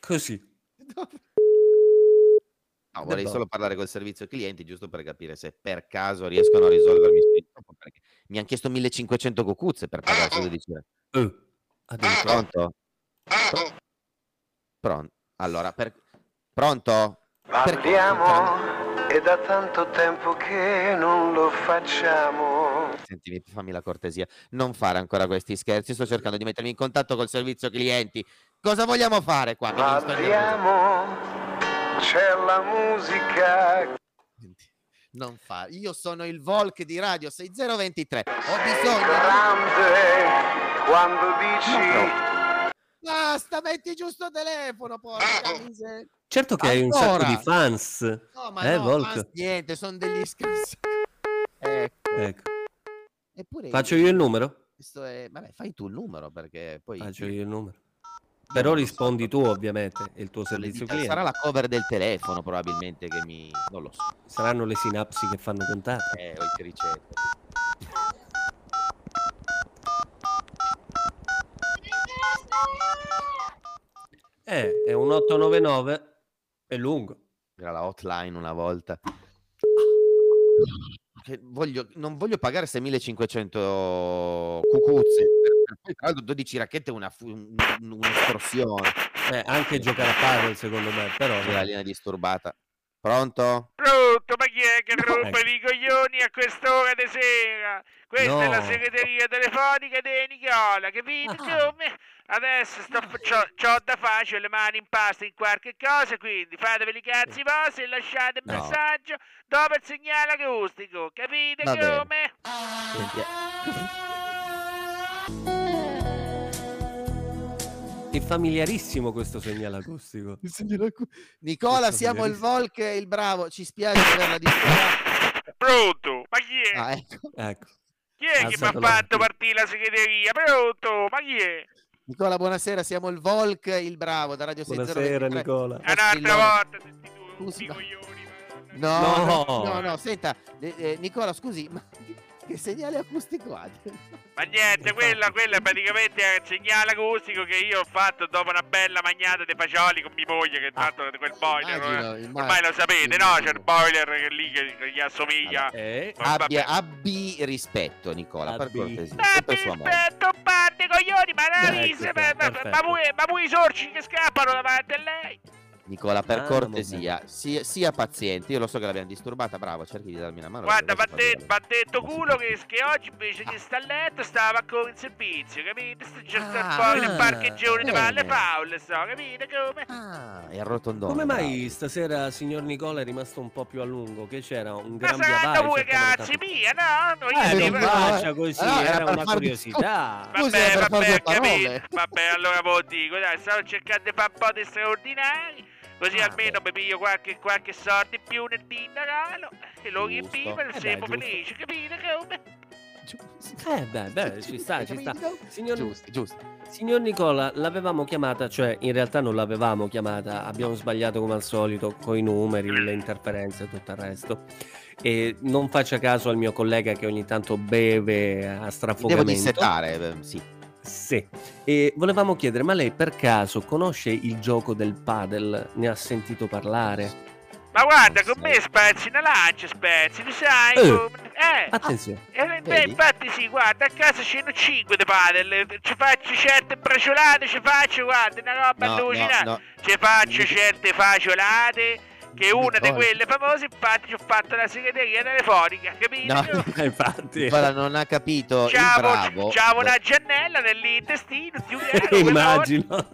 Speaker 3: Così.
Speaker 4: No. No,
Speaker 3: The
Speaker 4: vorrei
Speaker 3: Bob.
Speaker 4: solo parlare col servizio clienti, giusto per capire se per caso riescono a risolvermi. sto intoppo, perché Mi hanno chiesto 1500 cocuzze per pagare solo 12 euro.
Speaker 3: Eh, addirittura.
Speaker 4: Pronto? Pro- Pronto? Allora, per... pronto? Perché-
Speaker 7: Parliamo, è da tanto tempo che non lo facciamo.
Speaker 4: Sentimi, fammi la cortesia. Non fare ancora questi scherzi. Sto cercando di mettermi in contatto col servizio clienti. Cosa vogliamo fare qua? Mi devi togliere-
Speaker 7: Parliamo, c'è la musica.
Speaker 4: Senti, Non fa. Io sono il Volk di Radio 6023. Ho
Speaker 7: È
Speaker 4: bisogno.
Speaker 7: grande quando
Speaker 4: No,
Speaker 7: dici
Speaker 4: di- Basta, metti giusto telefono, porca miseria.
Speaker 3: Certo che hai un
Speaker 4: Ancora?
Speaker 3: sacco di fans.
Speaker 4: No, ma
Speaker 3: Eh,
Speaker 4: no,
Speaker 3: Volk.
Speaker 4: basta, niente, sono degli scherzi. Ecco,
Speaker 3: Ecco.
Speaker 4: eppure
Speaker 3: Faccio io il numero?
Speaker 4: questo è- Vabbè, fai tu il numero perché poi
Speaker 3: Faccio io il numero. Però
Speaker 4: non lo so,
Speaker 3: rispondi tu, ovviamente, e il tuo
Speaker 4: le
Speaker 3: servizio
Speaker 4: dita-
Speaker 3: cliente.
Speaker 4: sarà la cover del telefono probabilmente che mi non lo so,
Speaker 3: Saranno le sinapsi che fanno contatto.
Speaker 4: eh, o il criceto.
Speaker 3: Eh, è un 899. È lungo.
Speaker 4: Era la hotline una volta. Che voglio- non voglio pagare 6500 cucuzze. per- per- Tra l'altro 12 racchette è una fu- un- un- un'estorsione.
Speaker 3: Eh, anche giocare a padel, secondo me, però.
Speaker 4: C'è la linea disturbata. Pronto?
Speaker 1: Pronto, ma chi è che
Speaker 3: No.
Speaker 1: rompe i coglioni a quest'ora di sera? Questa è la
Speaker 3: No.
Speaker 1: segreteria telefonica di Nicola, capito?
Speaker 3: Ah.
Speaker 1: Come? Adesso sto, c'ho, c'ho da fare, c'ho le mani in pasta in qualche cosa, quindi fatevi i cazzi vostri e lasciate il
Speaker 4: No.
Speaker 1: messaggio dopo il segnale acustico, capite
Speaker 4: Va bene.
Speaker 1: come?
Speaker 4: Senti, eh.
Speaker 3: È familiarissimo questo segnale acustico.
Speaker 4: eh, signora Cu- Nicola, siamo il Volk e il Bravo. Ci spiace averla disturbata.
Speaker 1: Pronto, ma chi è?
Speaker 4: Ah, ecco.
Speaker 3: Ecco.
Speaker 1: Chi è che mi ha
Speaker 3: alzato la
Speaker 1: fatto
Speaker 3: mano.
Speaker 1: partire la segreteria? Pronto, ma chi è?
Speaker 4: Nicola, buonasera. Siamo il Volk e il Bravo da Radio 60.
Speaker 3: Buonasera, Nicola.
Speaker 1: Un'altra volta, senti tu,
Speaker 4: Scusi,
Speaker 1: rompi i
Speaker 4: ma-
Speaker 1: coglioni. ma-
Speaker 4: No, no,
Speaker 3: No.
Speaker 4: no, no, senta, eh, eh, Nicola, scusi, ma che segnale acustico ha?
Speaker 1: Ma niente, quella, quella è praticamente è il segnale acustico che io ho fatto dopo una bella magnata di fagioli con mia moglie
Speaker 3: Ah.
Speaker 1: che tanto quel boiler
Speaker 4: Immagino,
Speaker 1: eh,
Speaker 4: immagino.
Speaker 1: ormai lo sapete, no? C'è il
Speaker 4: Immagino.
Speaker 1: boiler che lì che, che gli assomiglia.
Speaker 3: Eh,
Speaker 4: Abbia, abbi rispetto, Nicola, per
Speaker 3: Abbi.
Speaker 4: cortesia.
Speaker 1: Eh,
Speaker 4: sempre
Speaker 1: mi
Speaker 4: sua moglie.
Speaker 1: rispetto, parte coglioni, ma la
Speaker 3: Ecco
Speaker 1: risa,
Speaker 3: qua,
Speaker 1: ma- ma, ma,
Speaker 3: perfetto.
Speaker 1: pure, ma pure i sorci che scappano davanti a lei.
Speaker 4: Nicola, per
Speaker 3: Mamma
Speaker 4: cortesia, sia, sia paziente. Io lo so che l'abbiamo disturbata, bravo, cerchi di darmi una mano.
Speaker 1: Guarda, va
Speaker 4: perché questo
Speaker 1: detto,
Speaker 4: fa
Speaker 1: va
Speaker 4: male.
Speaker 1: detto culo che, che oggi invece di sta a letto stava ancora in servizio, capite? Sto c'è sta
Speaker 4: Ah,
Speaker 1: poi il parcheggione di palle
Speaker 4: bene.
Speaker 1: faule, sto, capite come?
Speaker 4: Ah, è arrotondone.
Speaker 3: Come mai
Speaker 4: bravo.
Speaker 3: stasera, signor Nicola, è rimasto un po' più a lungo? Che c'era un
Speaker 1: Ma
Speaker 3: gran
Speaker 1: sanno
Speaker 3: viavaggio?
Speaker 1: pure cazzi mia, no? No, io
Speaker 4: Eh,
Speaker 1: dico-
Speaker 4: non
Speaker 3: faccia così,
Speaker 4: Ah, era
Speaker 3: era,
Speaker 4: per
Speaker 3: una
Speaker 4: farvi-
Speaker 3: curiosità.
Speaker 4: Scusi,
Speaker 1: Vabbè,
Speaker 4: era per far
Speaker 1: vabbè,
Speaker 4: due
Speaker 1: ho capito.
Speaker 4: parole.
Speaker 1: Vabbè, allora ve lo dico, dai, stavo cercando di fare un po' di straordinari.
Speaker 8: Così
Speaker 3: Ah,
Speaker 8: almeno mi piglio qualche, qualche sorte in più nel dinaralo e
Speaker 4: Giusto.
Speaker 8: lo riempivo e
Speaker 3: Eh beh,
Speaker 8: sembro
Speaker 3: giusto.
Speaker 8: felice, capito come?
Speaker 3: Eh beh, beh, ci sta, ci sta. Signor,
Speaker 4: Giusto, giusto.
Speaker 3: signor Nicola, l'avevamo chiamata, cioè in realtà non l'avevamo chiamata, abbiamo sbagliato come al solito con i numeri, le interferenze e tutto il resto. E non faccia caso al mio collega che ogni tanto beve a
Speaker 4: Mi Devo
Speaker 3: strafogamento.
Speaker 4: dissetare, eh, beh, sì.
Speaker 3: Sì, e volevamo chiedere, ma lei per caso conosce il gioco del padel? Ne ha sentito parlare?
Speaker 8: Ma guarda,
Speaker 4: Non
Speaker 8: con me
Speaker 4: so.
Speaker 8: spezzi una lancia, spezzi, lo sai?
Speaker 3: Eh.
Speaker 8: come- Eh,
Speaker 3: Attenzione,
Speaker 8: eh, beh,
Speaker 4: vedi?
Speaker 8: infatti sì, guarda, a casa ce ne 5 di padel, ci faccio certe braciolate, ci faccio, guarda, una roba
Speaker 4: No, no,
Speaker 8: allucinante.
Speaker 4: no.
Speaker 8: Ci faccio certe faciolate, che una di
Speaker 4: Nicola.
Speaker 8: quelle famose, infatti ci ho fatto la segreteria telefonica, capito?
Speaker 4: No.
Speaker 3: Eh, infatti.
Speaker 4: Nicola non ha capito il bravo.
Speaker 8: Ciao, ciao
Speaker 4: No.
Speaker 8: una Giannella nell'intestino, ti
Speaker 3: Immagino.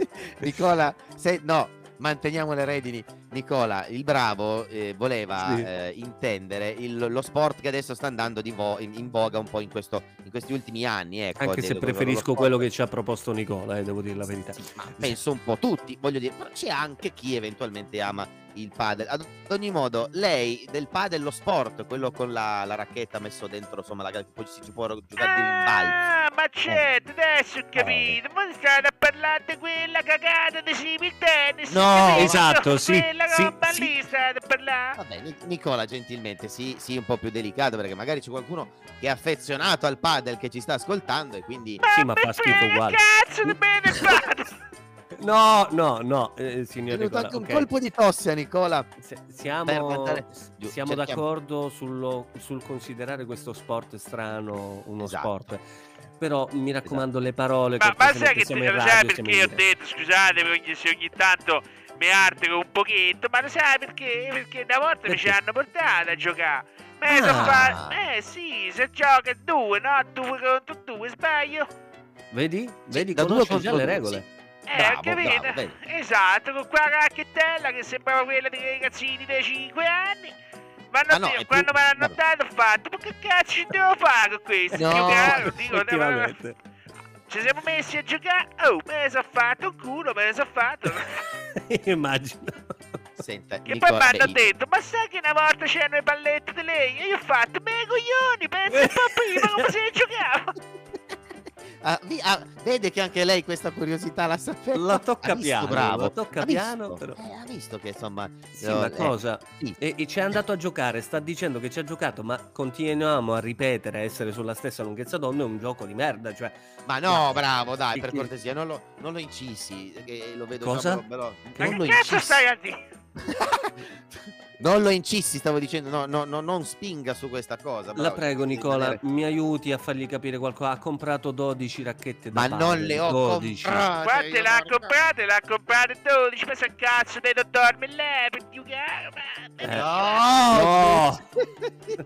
Speaker 4: Nicola, se, no, manteniamo le redini. Nicola, il bravo eh, voleva
Speaker 3: Sì.
Speaker 4: eh, intendere il- lo sport che adesso sta andando di vo- in, in voga un po' in, questo- in questi ultimi anni. Ecco,
Speaker 3: Anche
Speaker 4: del-
Speaker 3: se
Speaker 4: lo- lo
Speaker 3: preferisco
Speaker 4: sport-
Speaker 3: quello che ci ha proposto Nicola, eh, devo dire la verità.
Speaker 4: Sì, ma penso un po' tutti, voglio dire, però c'è anche chi eventualmente ama il padel. Ad ogni modo, lei del padel, lo sport, quello con la, la racchetta messo dentro, insomma, la, poi si ci può giocare il balzo.
Speaker 8: Ah, ma certo, adesso ho capito. Voi state a parlare di quella cagata di simil tennis.
Speaker 4: No,
Speaker 8: capito?
Speaker 3: esatto, sì,
Speaker 8: Quella
Speaker 3: sì,
Speaker 8: roba
Speaker 3: sì.
Speaker 8: lì state a parlare.
Speaker 4: Va bene, Nicola, gentilmente, sì, sì, un po' più delicato perché magari c'è qualcuno che è affezionato al padel che ci sta ascoltando e quindi
Speaker 3: Sì, ma fa schifo
Speaker 8: che
Speaker 3: uguale.
Speaker 8: cazzo di bene fate?
Speaker 3: No, no, no, eh,
Speaker 4: è
Speaker 3: signor
Speaker 4: venuto
Speaker 3: Nicola.
Speaker 4: anche un
Speaker 3: ok.
Speaker 4: colpo di tosse a Nicola.
Speaker 3: Se-
Speaker 4: Per
Speaker 3: Siamo,
Speaker 4: guardare- Giù,
Speaker 3: siamo
Speaker 4: cerchiamo.
Speaker 3: d'accordo sullo- sul considerare questo sport strano uno
Speaker 4: Esatto.
Speaker 3: sport, però mi raccomando le parole
Speaker 8: Ma,
Speaker 3: che
Speaker 8: ma
Speaker 3: perché
Speaker 8: sai che
Speaker 3: siamo
Speaker 8: lo
Speaker 3: in
Speaker 8: sai
Speaker 3: radio, siamo
Speaker 8: perché
Speaker 3: in
Speaker 8: ho
Speaker 3: diretta.
Speaker 8: detto, scusate ogni- se ogni tanto mi artico un pochetto, ma lo sai perché? Perché una volta mi ci
Speaker 3: Perché?
Speaker 8: hanno portato a giocare. Ma
Speaker 3: Ah.
Speaker 8: sono fa- Eh sì, se gioca a due, no? a Due contro due, sbaglio.
Speaker 3: Vedi? Vedi,
Speaker 4: da due
Speaker 3: conosci
Speaker 4: contro
Speaker 3: già le
Speaker 4: due,
Speaker 3: regole.
Speaker 8: Eh,
Speaker 4: Bravo,
Speaker 8: capito?
Speaker 4: bravo, vedi.
Speaker 8: esatto, con quella racchettella che sembrava quella dei ragazzini dei 5 anni. Ma
Speaker 4: Ah,
Speaker 8: non
Speaker 4: no,
Speaker 8: dico,
Speaker 4: è più-
Speaker 8: quando me
Speaker 4: vabbè.
Speaker 8: l'hanno dato ho fatto, ma che cazzo ci devo fare con questo?
Speaker 4: No,
Speaker 8: Giocare?" Dico, "No, ma-
Speaker 3: Effettivamente.
Speaker 8: ci siamo messi a giocare, oh, me ne sono fatto un culo, me ne sono fatto.
Speaker 3: Immagino.
Speaker 4: Senta,
Speaker 8: Che poi
Speaker 4: Nicola,
Speaker 8: mi hanno
Speaker 4: beh,
Speaker 8: detto, ma sai che una volta c'erano i palletti di lei? E io ho fatto, ma i coglioni, pensa un po' prima come se ne giocava.
Speaker 4: ah, vi- ah, vede che anche lei questa curiosità la sapeva.
Speaker 3: La tocca
Speaker 4: Ha visto,
Speaker 3: piano,
Speaker 4: bravo.
Speaker 3: la tocca
Speaker 4: ha
Speaker 3: piano,
Speaker 4: visto.
Speaker 3: però.
Speaker 4: Eh, ha visto che insomma...
Speaker 3: Sì,
Speaker 4: no,
Speaker 3: ma
Speaker 4: eh,
Speaker 3: cosa?
Speaker 4: sì.
Speaker 3: E, e ci è andato a giocare, sta dicendo che ci ha giocato, ma continuiamo a ripetere, a essere sulla stessa lunghezza d'onda, è un gioco di merda, cioè
Speaker 4: Ma no,
Speaker 3: Sì,
Speaker 4: bravo, dai,
Speaker 3: sì,
Speaker 4: per
Speaker 3: sì.
Speaker 4: cortesia, non lo, non lo incisi. eh, Che lo vedo
Speaker 3: Cosa?
Speaker 4: proprio- però-
Speaker 8: Ma
Speaker 4: non lo
Speaker 8: che cazzo
Speaker 4: incisi.
Speaker 8: stai a dire?
Speaker 4: non lo incissi, stavo dicendo, no, no, no, non spinga su questa cosa.
Speaker 3: La
Speaker 4: bravo.
Speaker 3: prego
Speaker 4: Devi
Speaker 3: Nicola,
Speaker 4: tenere-
Speaker 3: mi aiuti a fargli capire qualcosa. Ha comprato 12 racchette da
Speaker 4: Ma non
Speaker 3: padel,
Speaker 4: le ho
Speaker 3: 12.
Speaker 4: comprate.
Speaker 8: Quante
Speaker 4: io,
Speaker 8: l'ha
Speaker 4: porca-
Speaker 8: comprate? L'ha comprate 12, ma se cazzo dei dottor Millè per giocare,
Speaker 3: Eh.
Speaker 8: ma...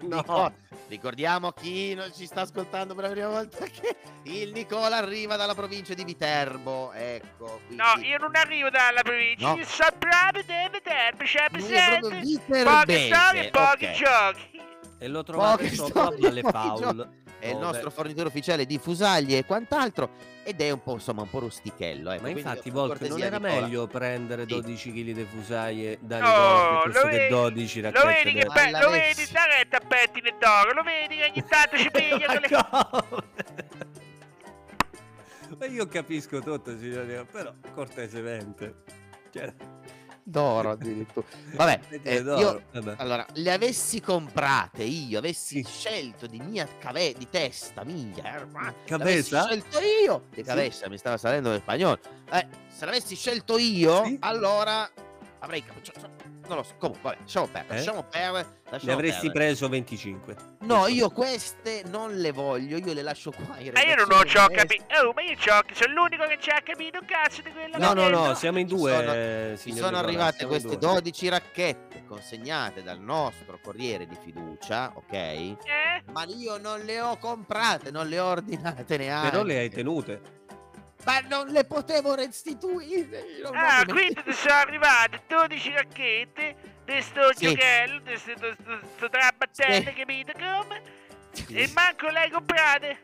Speaker 4: No!
Speaker 3: No.
Speaker 4: Nicola, Ricordiamo chi non ci sta ascoltando per la prima volta che il Nicola arriva dalla provincia di Viterbo, ecco. quindi-
Speaker 8: No, io non arrivo dalla provincia,
Speaker 4: No.
Speaker 8: io so proprio deve termine, c'è
Speaker 4: Lui è proprio
Speaker 8: presente? Poche
Speaker 4: viterbese,
Speaker 8: storie e pochi
Speaker 4: ok.
Speaker 8: giochi.
Speaker 3: E l'ho trovato
Speaker 4: Poche
Speaker 3: sopra
Speaker 4: storie,
Speaker 3: alle
Speaker 4: pochi
Speaker 3: foul.
Speaker 4: è il
Speaker 3: Dove-
Speaker 4: nostro fornitore ufficiale di fusaglie e quant'altro ed è un po' insomma un po' rustichello ecco.
Speaker 3: Ma
Speaker 4: Quindi,
Speaker 3: infatti,
Speaker 4: per
Speaker 3: Volk,
Speaker 4: cortesia,
Speaker 3: non era
Speaker 4: Nicola,
Speaker 3: meglio prendere
Speaker 4: Sì.
Speaker 3: 12 kg di fusaie da Nicola
Speaker 8: Oh,
Speaker 3: piuttosto
Speaker 8: lo
Speaker 3: che
Speaker 8: vedi,
Speaker 3: 12
Speaker 8: Lo vedi
Speaker 3: racchette
Speaker 8: che
Speaker 3: da...
Speaker 8: pe-
Speaker 4: Alla
Speaker 8: lo
Speaker 4: Messi.
Speaker 8: vedi da retta a pettine d'oro, lo vedi eh, che ogni tanto ci piglia con le...
Speaker 3: Cioè, Ma come? Ma io capisco tutto, signore, però cortesemente. Cioè,
Speaker 4: d'oro addirittura vabbè
Speaker 3: Pettine
Speaker 4: eh,
Speaker 3: d'oro,
Speaker 4: io
Speaker 3: vabbè.
Speaker 4: allora le avessi comprate io avessi
Speaker 3: Sì.
Speaker 4: scelto di mia cave di testa mia eh, ma-
Speaker 3: Cabeza?
Speaker 4: l'avessi scelto io di
Speaker 3: Sì.
Speaker 4: cabeza mi stava salendo lo spagnolo eh, se l'avessi scelto io
Speaker 3: Sì.
Speaker 4: allora avrei cap- cioè, cioè, non lo so comunque vabbè lasciamo perdere
Speaker 3: Eh?
Speaker 4: lasciamo perdere
Speaker 3: Ne
Speaker 4: lasciamo
Speaker 3: avresti
Speaker 4: perdere.
Speaker 3: preso 25.
Speaker 4: no io queste non le voglio io le lascio qua in
Speaker 8: Ma io non ho
Speaker 4: redazione,
Speaker 8: ciò
Speaker 4: eh,
Speaker 8: capito, oh, ma io ciò, sono l'unico che ci ha capito un cazzo di quella
Speaker 3: No, no,
Speaker 8: roba.
Speaker 3: no, siamo in
Speaker 4: Ci
Speaker 3: due.
Speaker 4: sono-
Speaker 3: eh,
Speaker 4: Ci
Speaker 3: signor
Speaker 4: sono
Speaker 3: Nicola,
Speaker 4: arrivate
Speaker 3: siamo
Speaker 4: queste
Speaker 3: in due.
Speaker 4: 12 racchette consegnate dal nostro corriere di fiducia, ok?
Speaker 8: Eh?
Speaker 4: Ma io non le ho comprate, non le ho ordinate neanche.
Speaker 3: Però le hai tenute.
Speaker 4: Ma non le potevo restituire. io non
Speaker 8: Ah,
Speaker 4: voglio-
Speaker 8: quindi ti sono arrivate 12 racchette di sto
Speaker 4: Sì.
Speaker 8: giochello, di sto, sto, sto, sto trabattello,
Speaker 4: Sì.
Speaker 8: capito come? E manco le hai comprate?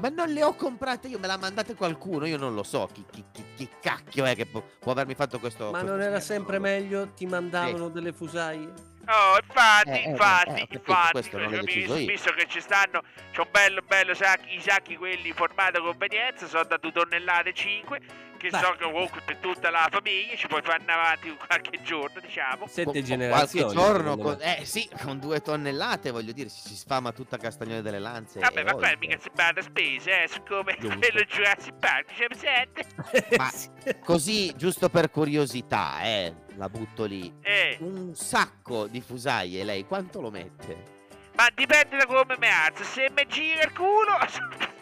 Speaker 4: Ma non le ho comprate io, me l'ha mandate qualcuno, io non lo so chi, chi- chi- chi cacchio è che può, può avermi fatto questo
Speaker 3: Ma
Speaker 4: questo
Speaker 3: non era
Speaker 4: scherzo,
Speaker 3: sempre
Speaker 4: non lo-
Speaker 3: meglio? Ti mandavano delle fusaie?
Speaker 8: Oh, infatti,
Speaker 4: Eh, eh,
Speaker 8: infatti,
Speaker 4: eh, ho capito,
Speaker 8: infatti,
Speaker 4: questo non l'ho
Speaker 8: ho
Speaker 4: deciso
Speaker 8: visto,
Speaker 4: io.
Speaker 8: visto che ci stanno, c'ho bello bello sacchi, i sacchi quelli formato convenienza, sono da 2 tonnellate 5, che
Speaker 3: Beh.
Speaker 8: so che comunque per tutta la famiglia ci puoi fare avanti un qualche giorno, diciamo.
Speaker 4: Con-
Speaker 3: Sette
Speaker 4: con
Speaker 3: generazioni.
Speaker 4: Boh, Qualche giorno,
Speaker 3: secondo
Speaker 4: con-
Speaker 3: me.
Speaker 4: eh sì, con due tonnellate, voglio dire, si, si sfama tutta Castagnone delle eh, Lanze.
Speaker 8: Vabbè,
Speaker 4: e
Speaker 8: ma qua
Speaker 4: oltre.
Speaker 8: mica si parla spese, eh, siccome
Speaker 3: Giusto.
Speaker 8: quello Jurassic Park, c'è presente?
Speaker 4: ma-
Speaker 3: Sì.
Speaker 4: Così, giusto per curiosità, eh, la butto lì.
Speaker 8: Eh,
Speaker 4: Un sacco di fusaie, lei quanto lo mette?
Speaker 8: ma dipende da come mi alzo, se mi gira il culo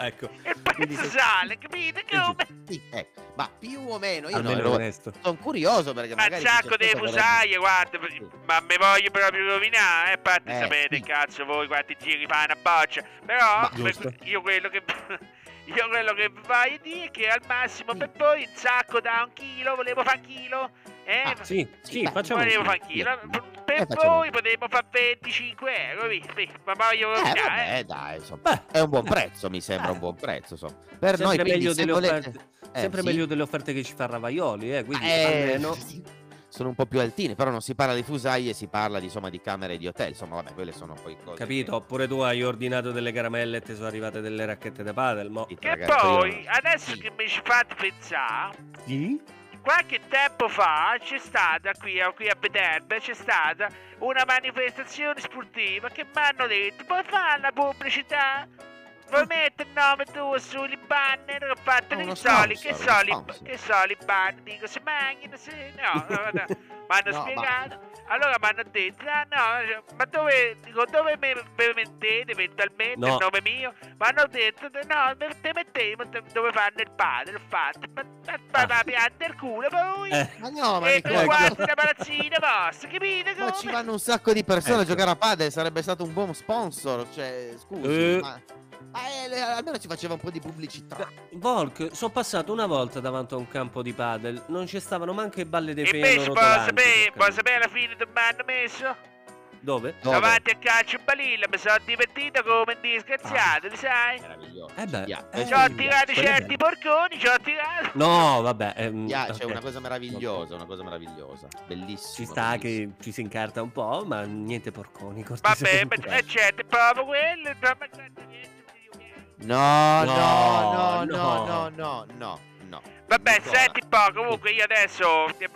Speaker 3: Ecco.
Speaker 8: il
Speaker 3: Quindi
Speaker 8: prezzo
Speaker 3: se-
Speaker 8: sale, capite come?
Speaker 4: Sì, eh, ma più o meno, io
Speaker 3: Almeno
Speaker 4: non lo-
Speaker 3: onesto.
Speaker 4: sono curioso perché
Speaker 8: Ma un
Speaker 4: magari...
Speaker 8: sacco
Speaker 4: dice,
Speaker 8: dei
Speaker 4: "Cosa
Speaker 8: fusaie, guarda,
Speaker 4: Sì.
Speaker 8: ma mi voglio proprio rovinare, eh, a parte
Speaker 4: Eh,
Speaker 8: sapete
Speaker 4: sì.
Speaker 8: cazzo voi quanti giri fa una boccia, però
Speaker 4: Ma-
Speaker 8: per-
Speaker 3: Giusto.
Speaker 8: io quello che... Io quello che vi voglio dire è che al massimo per voi un sacco da un chilo, volevo fare un chilo, eh?
Speaker 4: Ah,
Speaker 3: Sì,
Speaker 4: Sì,
Speaker 3: sì,
Speaker 4: beh,
Speaker 3: facciamo.
Speaker 8: volevo fare
Speaker 4: così.
Speaker 8: un chilo,
Speaker 4: Eh,
Speaker 8: per
Speaker 4: facciamo così.
Speaker 8: voi potremmo fare 25 euro, vi- vi- ma voglio
Speaker 4: Eh,
Speaker 8: rovinare, eh.
Speaker 4: vabbè, dai, insomma,
Speaker 3: Beh,
Speaker 4: è un buon
Speaker 3: eh,
Speaker 4: prezzo, mi sembra un buon prezzo, insomma. Per
Speaker 3: Sempre
Speaker 4: noi, quindi,
Speaker 3: meglio
Speaker 4: se
Speaker 3: delle
Speaker 4: volete...
Speaker 3: offerte-
Speaker 4: eh,
Speaker 3: sempre
Speaker 4: sì.
Speaker 3: meglio delle offerte che ci fa Ravaioli, eh, quindi
Speaker 4: Eh,
Speaker 3: almeno
Speaker 4: sì, sono un po' più altine, però non si parla di fusaie, si parla di, insomma, di camere e di hotel, insomma, vabbè, quelle sono poi cose...
Speaker 3: Capito? Oppure tu hai ordinato delle caramelle e ti sono arrivate delle racchette da padel, mo.
Speaker 4: Sì,
Speaker 8: Che
Speaker 4: ragazzi, io-
Speaker 8: poi, adesso
Speaker 4: Sì.
Speaker 8: che mi ci fate pensare, qualche tempo fa c'è stata qui, a- qui a Viterbe c'è stata una manifestazione sportiva che mi hanno detto puoi fare la pubblicità vuoi
Speaker 4: Mm.
Speaker 8: mettere il nome tuo sui banner ho fatto
Speaker 4: Ah,
Speaker 8: che
Speaker 4: uno
Speaker 8: soli
Speaker 4: sponsor,
Speaker 8: che
Speaker 4: uno
Speaker 8: soli
Speaker 4: sponsor.
Speaker 8: che soli banner dico si mangiano se no mi hanno
Speaker 4: No, ma-
Speaker 8: spiegato allora mi hanno detto ah no cioè, ma dove dico dove me- me mettete eventualmente
Speaker 3: No.
Speaker 8: il nome mio mi hanno detto no me- te mettevo dove fanno il padre ho fatto ma, ma, ma, ma pianta il culo poi
Speaker 3: Ah. Eh,
Speaker 4: Ma no, ma
Speaker 8: e
Speaker 4: Nicola,
Speaker 8: tu guardi
Speaker 4: ma-
Speaker 8: la palazzina vostra, capite
Speaker 4: ma ci
Speaker 8: come?
Speaker 4: vanno un sacco di persone a
Speaker 3: Ecco.
Speaker 4: giocare a padel, sarebbe stato un buon sponsor, cioè, scusi,
Speaker 3: Eh.
Speaker 4: ma... ma, eh, le- almeno ci faceva un po' di pubblicità.
Speaker 3: Volk, sono passato una volta davanti a un campo di padel, non ci stavano manco i balli dei pelo
Speaker 8: Invece posso
Speaker 3: rotolanti,
Speaker 8: sapere,
Speaker 3: porca
Speaker 8: posso sapere alla fine dove mi hanno messo?
Speaker 3: miseria. Dove?
Speaker 4: Dove?
Speaker 8: Davanti a calcio in balilla, mi sono divertito come un disgraziato, li sai?
Speaker 4: Meraviglioso.
Speaker 3: Eh beh,
Speaker 4: Ci piace,
Speaker 3: Ah. eh,
Speaker 4: ci
Speaker 8: Ci ho
Speaker 3: mi
Speaker 8: tirato
Speaker 3: piace,
Speaker 8: certi porconi, ci ho tirato.
Speaker 3: No, vabbè, ehm,
Speaker 4: piace,
Speaker 3: ok.
Speaker 4: è una cosa meravigliosa, una cosa meravigliosa, bellissima.
Speaker 3: ci sta
Speaker 4: bellissima.
Speaker 3: che ci si incarta un po', ma niente porconi.
Speaker 8: Vabbè,
Speaker 3: cortesemente.
Speaker 8: ma eh, certo, è proprio quello, non mi ricordo niente.
Speaker 4: No,
Speaker 3: No,
Speaker 4: no, no,
Speaker 3: no.
Speaker 4: no, no, no, no, no.
Speaker 8: Vabbè,
Speaker 4: Nicola.
Speaker 8: senti un po', comunque io adesso eh,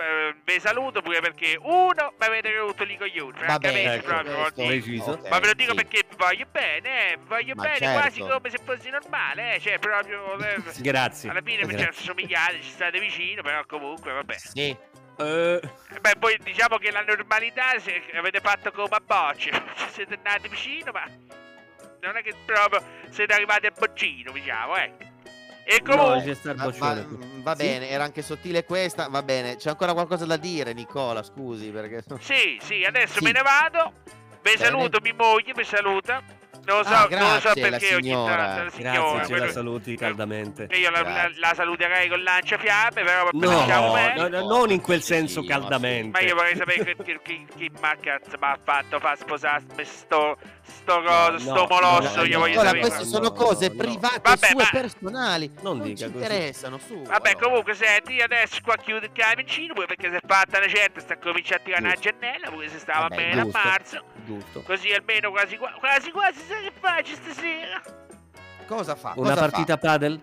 Speaker 8: vi saluto pure perché uno mi avete rotto i coglioni,
Speaker 4: Va bene,
Speaker 8: francamente,
Speaker 3: ecco,
Speaker 8: proprio
Speaker 4: questo-
Speaker 8: oggi.
Speaker 3: preciso.
Speaker 4: ok,
Speaker 8: Ma ve lo dico
Speaker 4: sì.
Speaker 8: perché vi voglio bene, eh, vi voglio
Speaker 4: Ma
Speaker 8: bene
Speaker 4: certo.
Speaker 8: quasi come se fossi normale, eh, cioè proprio... eh,
Speaker 3: Grazie.
Speaker 8: Alla fine
Speaker 4: esatto.
Speaker 3: Grazie.
Speaker 8: ci assomigliate, ci state vicino, però comunque vabbè.
Speaker 4: Sì,
Speaker 3: Eh,
Speaker 8: Beh, poi diciamo che la normalità se avete fatto come a bocce, ci siete andati vicino, ma non è che proprio siete arrivati al boccino, diciamo, ecco. E
Speaker 3: no,
Speaker 8: comunque...
Speaker 3: c'è sta il
Speaker 4: va,
Speaker 3: boccione
Speaker 4: va-
Speaker 3: qui.
Speaker 4: mm, va
Speaker 3: Sì?
Speaker 4: bene, era anche sottile questa, va bene. C'è ancora qualcosa da dire, Nicola, scusi, perché...
Speaker 8: Sì, sì, adesso
Speaker 4: Sì.
Speaker 8: me ne vado. Vi
Speaker 4: Bene.
Speaker 8: saluto, mia moglie mi saluta. Non lo so,
Speaker 4: Ah,
Speaker 8: non lo so
Speaker 4: grazie, la
Speaker 8: perché ogni tanto
Speaker 4: signora.
Speaker 8: la
Speaker 3: Grazie,
Speaker 8: signora.
Speaker 3: ce la
Speaker 8: quello- Eh,
Speaker 3: saluti caldamente.
Speaker 8: Io la, la-
Speaker 4: Grazie.
Speaker 8: la saluterei con lanciafiamme, però vabbè,
Speaker 3: No,
Speaker 8: diciamo bene.
Speaker 3: no, no, non in quel senso
Speaker 4: Sì,
Speaker 3: caldamente.
Speaker 8: Ma io vorrei sapere che- che- chi, chi, ma cazzo mi ha fatto far sposare sto, sto
Speaker 3: no,
Speaker 8: coso, sto molosso,
Speaker 3: no,
Speaker 8: io
Speaker 3: no,
Speaker 8: voglio
Speaker 4: Nicola,
Speaker 8: sapere.
Speaker 4: queste
Speaker 3: No,
Speaker 4: sono
Speaker 3: no,
Speaker 4: cose
Speaker 3: no.
Speaker 4: private,
Speaker 8: Vabbè,
Speaker 4: sue
Speaker 8: ma-
Speaker 4: personali.
Speaker 3: Non
Speaker 4: Non,
Speaker 3: dica
Speaker 4: ci
Speaker 3: così.
Speaker 4: interessano, su.
Speaker 8: Vabbè,
Speaker 4: allora.
Speaker 8: comunque, senti, io adesso qua chiudo il camioncino, poi perché se è fatta una certa sta cominciando a tirare una
Speaker 4: Giusto.
Speaker 8: giannella, pure se stava
Speaker 4: Vabbè,
Speaker 8: bene
Speaker 3: giusto.
Speaker 8: a marzo.
Speaker 3: Giusto.
Speaker 8: Così almeno quasi qua- quasi, quasi sai che faccio stasera.
Speaker 4: Cosa fa?
Speaker 3: Una
Speaker 4: Cosa
Speaker 3: partita a padel?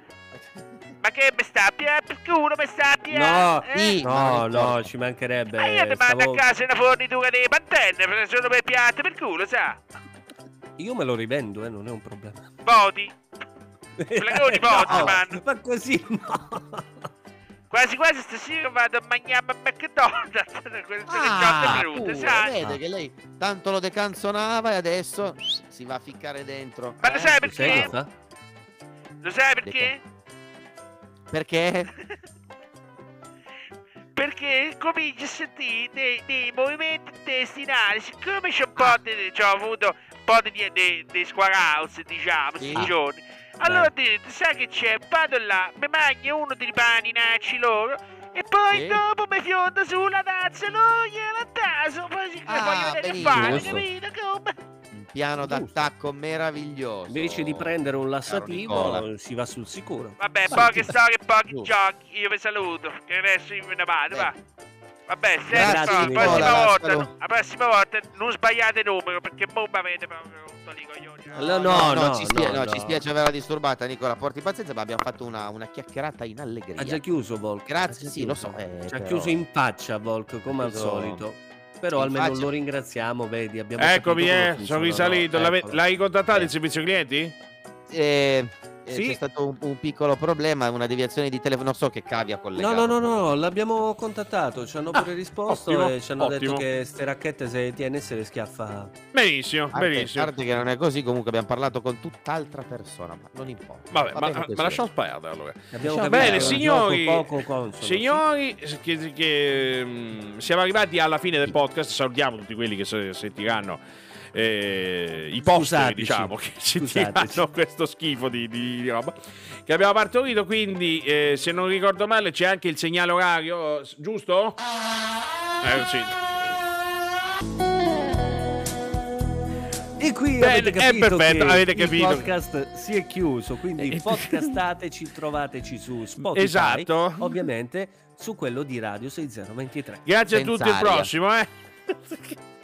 Speaker 4: fa?
Speaker 8: Ma che mi sta a pia- per culo, mi sta a pia-
Speaker 3: No,
Speaker 8: eh?
Speaker 4: Sì,
Speaker 3: no,
Speaker 4: ma non
Speaker 3: no,
Speaker 4: importa.
Speaker 3: ci
Speaker 8: Ma io ti
Speaker 3: mancherebbe.
Speaker 8: mando
Speaker 3: stavo-
Speaker 8: a casa una fornitura di pantenne, per- solo per piatti per culo, sa?
Speaker 3: Io me lo rivendo, eh, non è un problema.
Speaker 8: Voti. Flagoni forti,
Speaker 3: No,
Speaker 8: man.
Speaker 3: Ma così no.
Speaker 8: Quasi quasi stasera vado a mangiare a McDonald's, quelle
Speaker 4: Ah,
Speaker 8: cose Cioè, brutte,
Speaker 4: pure,
Speaker 8: sai?
Speaker 4: vede che lei tanto lo decanzonava e adesso si va a ficcare dentro.
Speaker 8: Ma lo
Speaker 4: Eh?
Speaker 8: sai
Speaker 3: Tu sai
Speaker 8: perché?
Speaker 3: cosa?
Speaker 8: Lo sai perché?
Speaker 4: Perché?
Speaker 8: Perché comincio a sentire dei, dei movimenti intestinali, siccome c'ho un po'
Speaker 4: Ah.
Speaker 8: di, c'ho avuto un po' di, di, di squarals, diciamo,
Speaker 4: Sì. Ah. Eh.
Speaker 8: questi giorni. Allora ho detto, sai che c'è? Vado là, mi mangio uno dei paninacci loro e poi
Speaker 4: Sì.
Speaker 8: dopo mi fiondo sulla tazza loro gliela taso, poi si
Speaker 4: Ah,
Speaker 8: voglio vedere che
Speaker 4: benissimo.
Speaker 8: fare,
Speaker 4: Giusto.
Speaker 8: capito? Come?
Speaker 4: piano
Speaker 3: Giusto.
Speaker 4: d'attacco meraviglioso.
Speaker 3: Invece di prendere un
Speaker 4: Caro
Speaker 3: lassativo,
Speaker 4: Nicola.
Speaker 3: si va sul sicuro.
Speaker 8: Vabbè,
Speaker 4: Sì.
Speaker 8: poche storie, pochi
Speaker 4: Giusto.
Speaker 8: giochi. Io vi saluto. Che adesso io me ne vado, va.
Speaker 3: Eh,
Speaker 8: Vabbè,
Speaker 4: Grazie,
Speaker 8: senza, la
Speaker 3: Nicola,
Speaker 8: prossima volta,
Speaker 4: lascialo.
Speaker 8: la prossima volta non sbagliate numero perché bomba avete proprio rotto lì coglioni.
Speaker 3: Allora, no, no,
Speaker 4: ci, spia-
Speaker 3: no,
Speaker 4: no,
Speaker 3: no.
Speaker 4: ci spiace averla disturbata, Nicola. Porti pazienza, ma abbiamo fatto una, una chiacchierata in allegria.
Speaker 3: Ha già chiuso Volk.
Speaker 4: Grazie,
Speaker 3: ha già
Speaker 4: sì, lo
Speaker 3: chiuso.
Speaker 4: so, eh,
Speaker 3: Ci ha
Speaker 4: però-
Speaker 3: chiuso in faccia Volk, come al
Speaker 4: Chiuso-
Speaker 3: solito. Però
Speaker 4: in
Speaker 3: almeno
Speaker 4: faccia.
Speaker 3: lo ringraziamo, vedi, abbiamo
Speaker 1: Eccomi,
Speaker 3: capito come
Speaker 1: eh, sono
Speaker 3: funziona,
Speaker 1: risalito.
Speaker 3: no? Ecco.
Speaker 1: L'ave-
Speaker 3: Eccolo.
Speaker 1: L'hai contattato
Speaker 4: Eh.
Speaker 1: il servizio clienti?
Speaker 4: Eh, eh,
Speaker 1: Sì.
Speaker 4: C'è stato un, un piccolo problema, una deviazione di telefono. Non so che cavia
Speaker 3: No,
Speaker 4: collegato.
Speaker 3: no, no, no, l'abbiamo contattato, ci hanno pure risposto
Speaker 1: Ah, ottimo,
Speaker 3: e ci hanno
Speaker 1: ottimo.
Speaker 3: detto che ste racchette se TNS le schiaffa.
Speaker 1: Benissimo,
Speaker 4: A parte,
Speaker 1: benissimo.
Speaker 4: a parte che non è così, comunque abbiamo parlato con tutt'altra persona, ma non importa.
Speaker 1: Vabbè,
Speaker 4: Va
Speaker 1: ma,
Speaker 8: ah,
Speaker 4: bene
Speaker 1: ma
Speaker 4: così.
Speaker 1: lasciamo perdere allora.
Speaker 3: Abbiamo
Speaker 4: Ciao,
Speaker 3: capito
Speaker 4: bene,
Speaker 3: che è un
Speaker 1: signori,
Speaker 3: gioco poco consono.
Speaker 1: Signori, che- che, mm, siamo arrivati alla fine del podcast. Salutiamo tutti quelli che se- sentiranno. eh, I posteri,
Speaker 3: Scusateci.
Speaker 1: diciamo, che
Speaker 3: Scusateci.
Speaker 1: sentiranno questo schifo di, di- di roba che abbiamo partorito. Quindi, eh, se non ricordo male, c'è anche il segnale orario, s- giusto? Eh, sì.
Speaker 3: E qui
Speaker 1: Bene,
Speaker 3: avete
Speaker 1: è
Speaker 3: capito
Speaker 1: perfetto,
Speaker 3: che
Speaker 1: avete
Speaker 3: il
Speaker 1: capito.
Speaker 3: podcast si è chiuso,
Speaker 1: Eh,
Speaker 3: quindi podcastateci, trovateci su Spotify,
Speaker 1: Esatto.
Speaker 3: ovviamente su quello di Radio 6023.
Speaker 1: Grazie a tutti.
Speaker 4: Senza
Speaker 1: Il
Speaker 4: aria.
Speaker 1: prossimo, eh.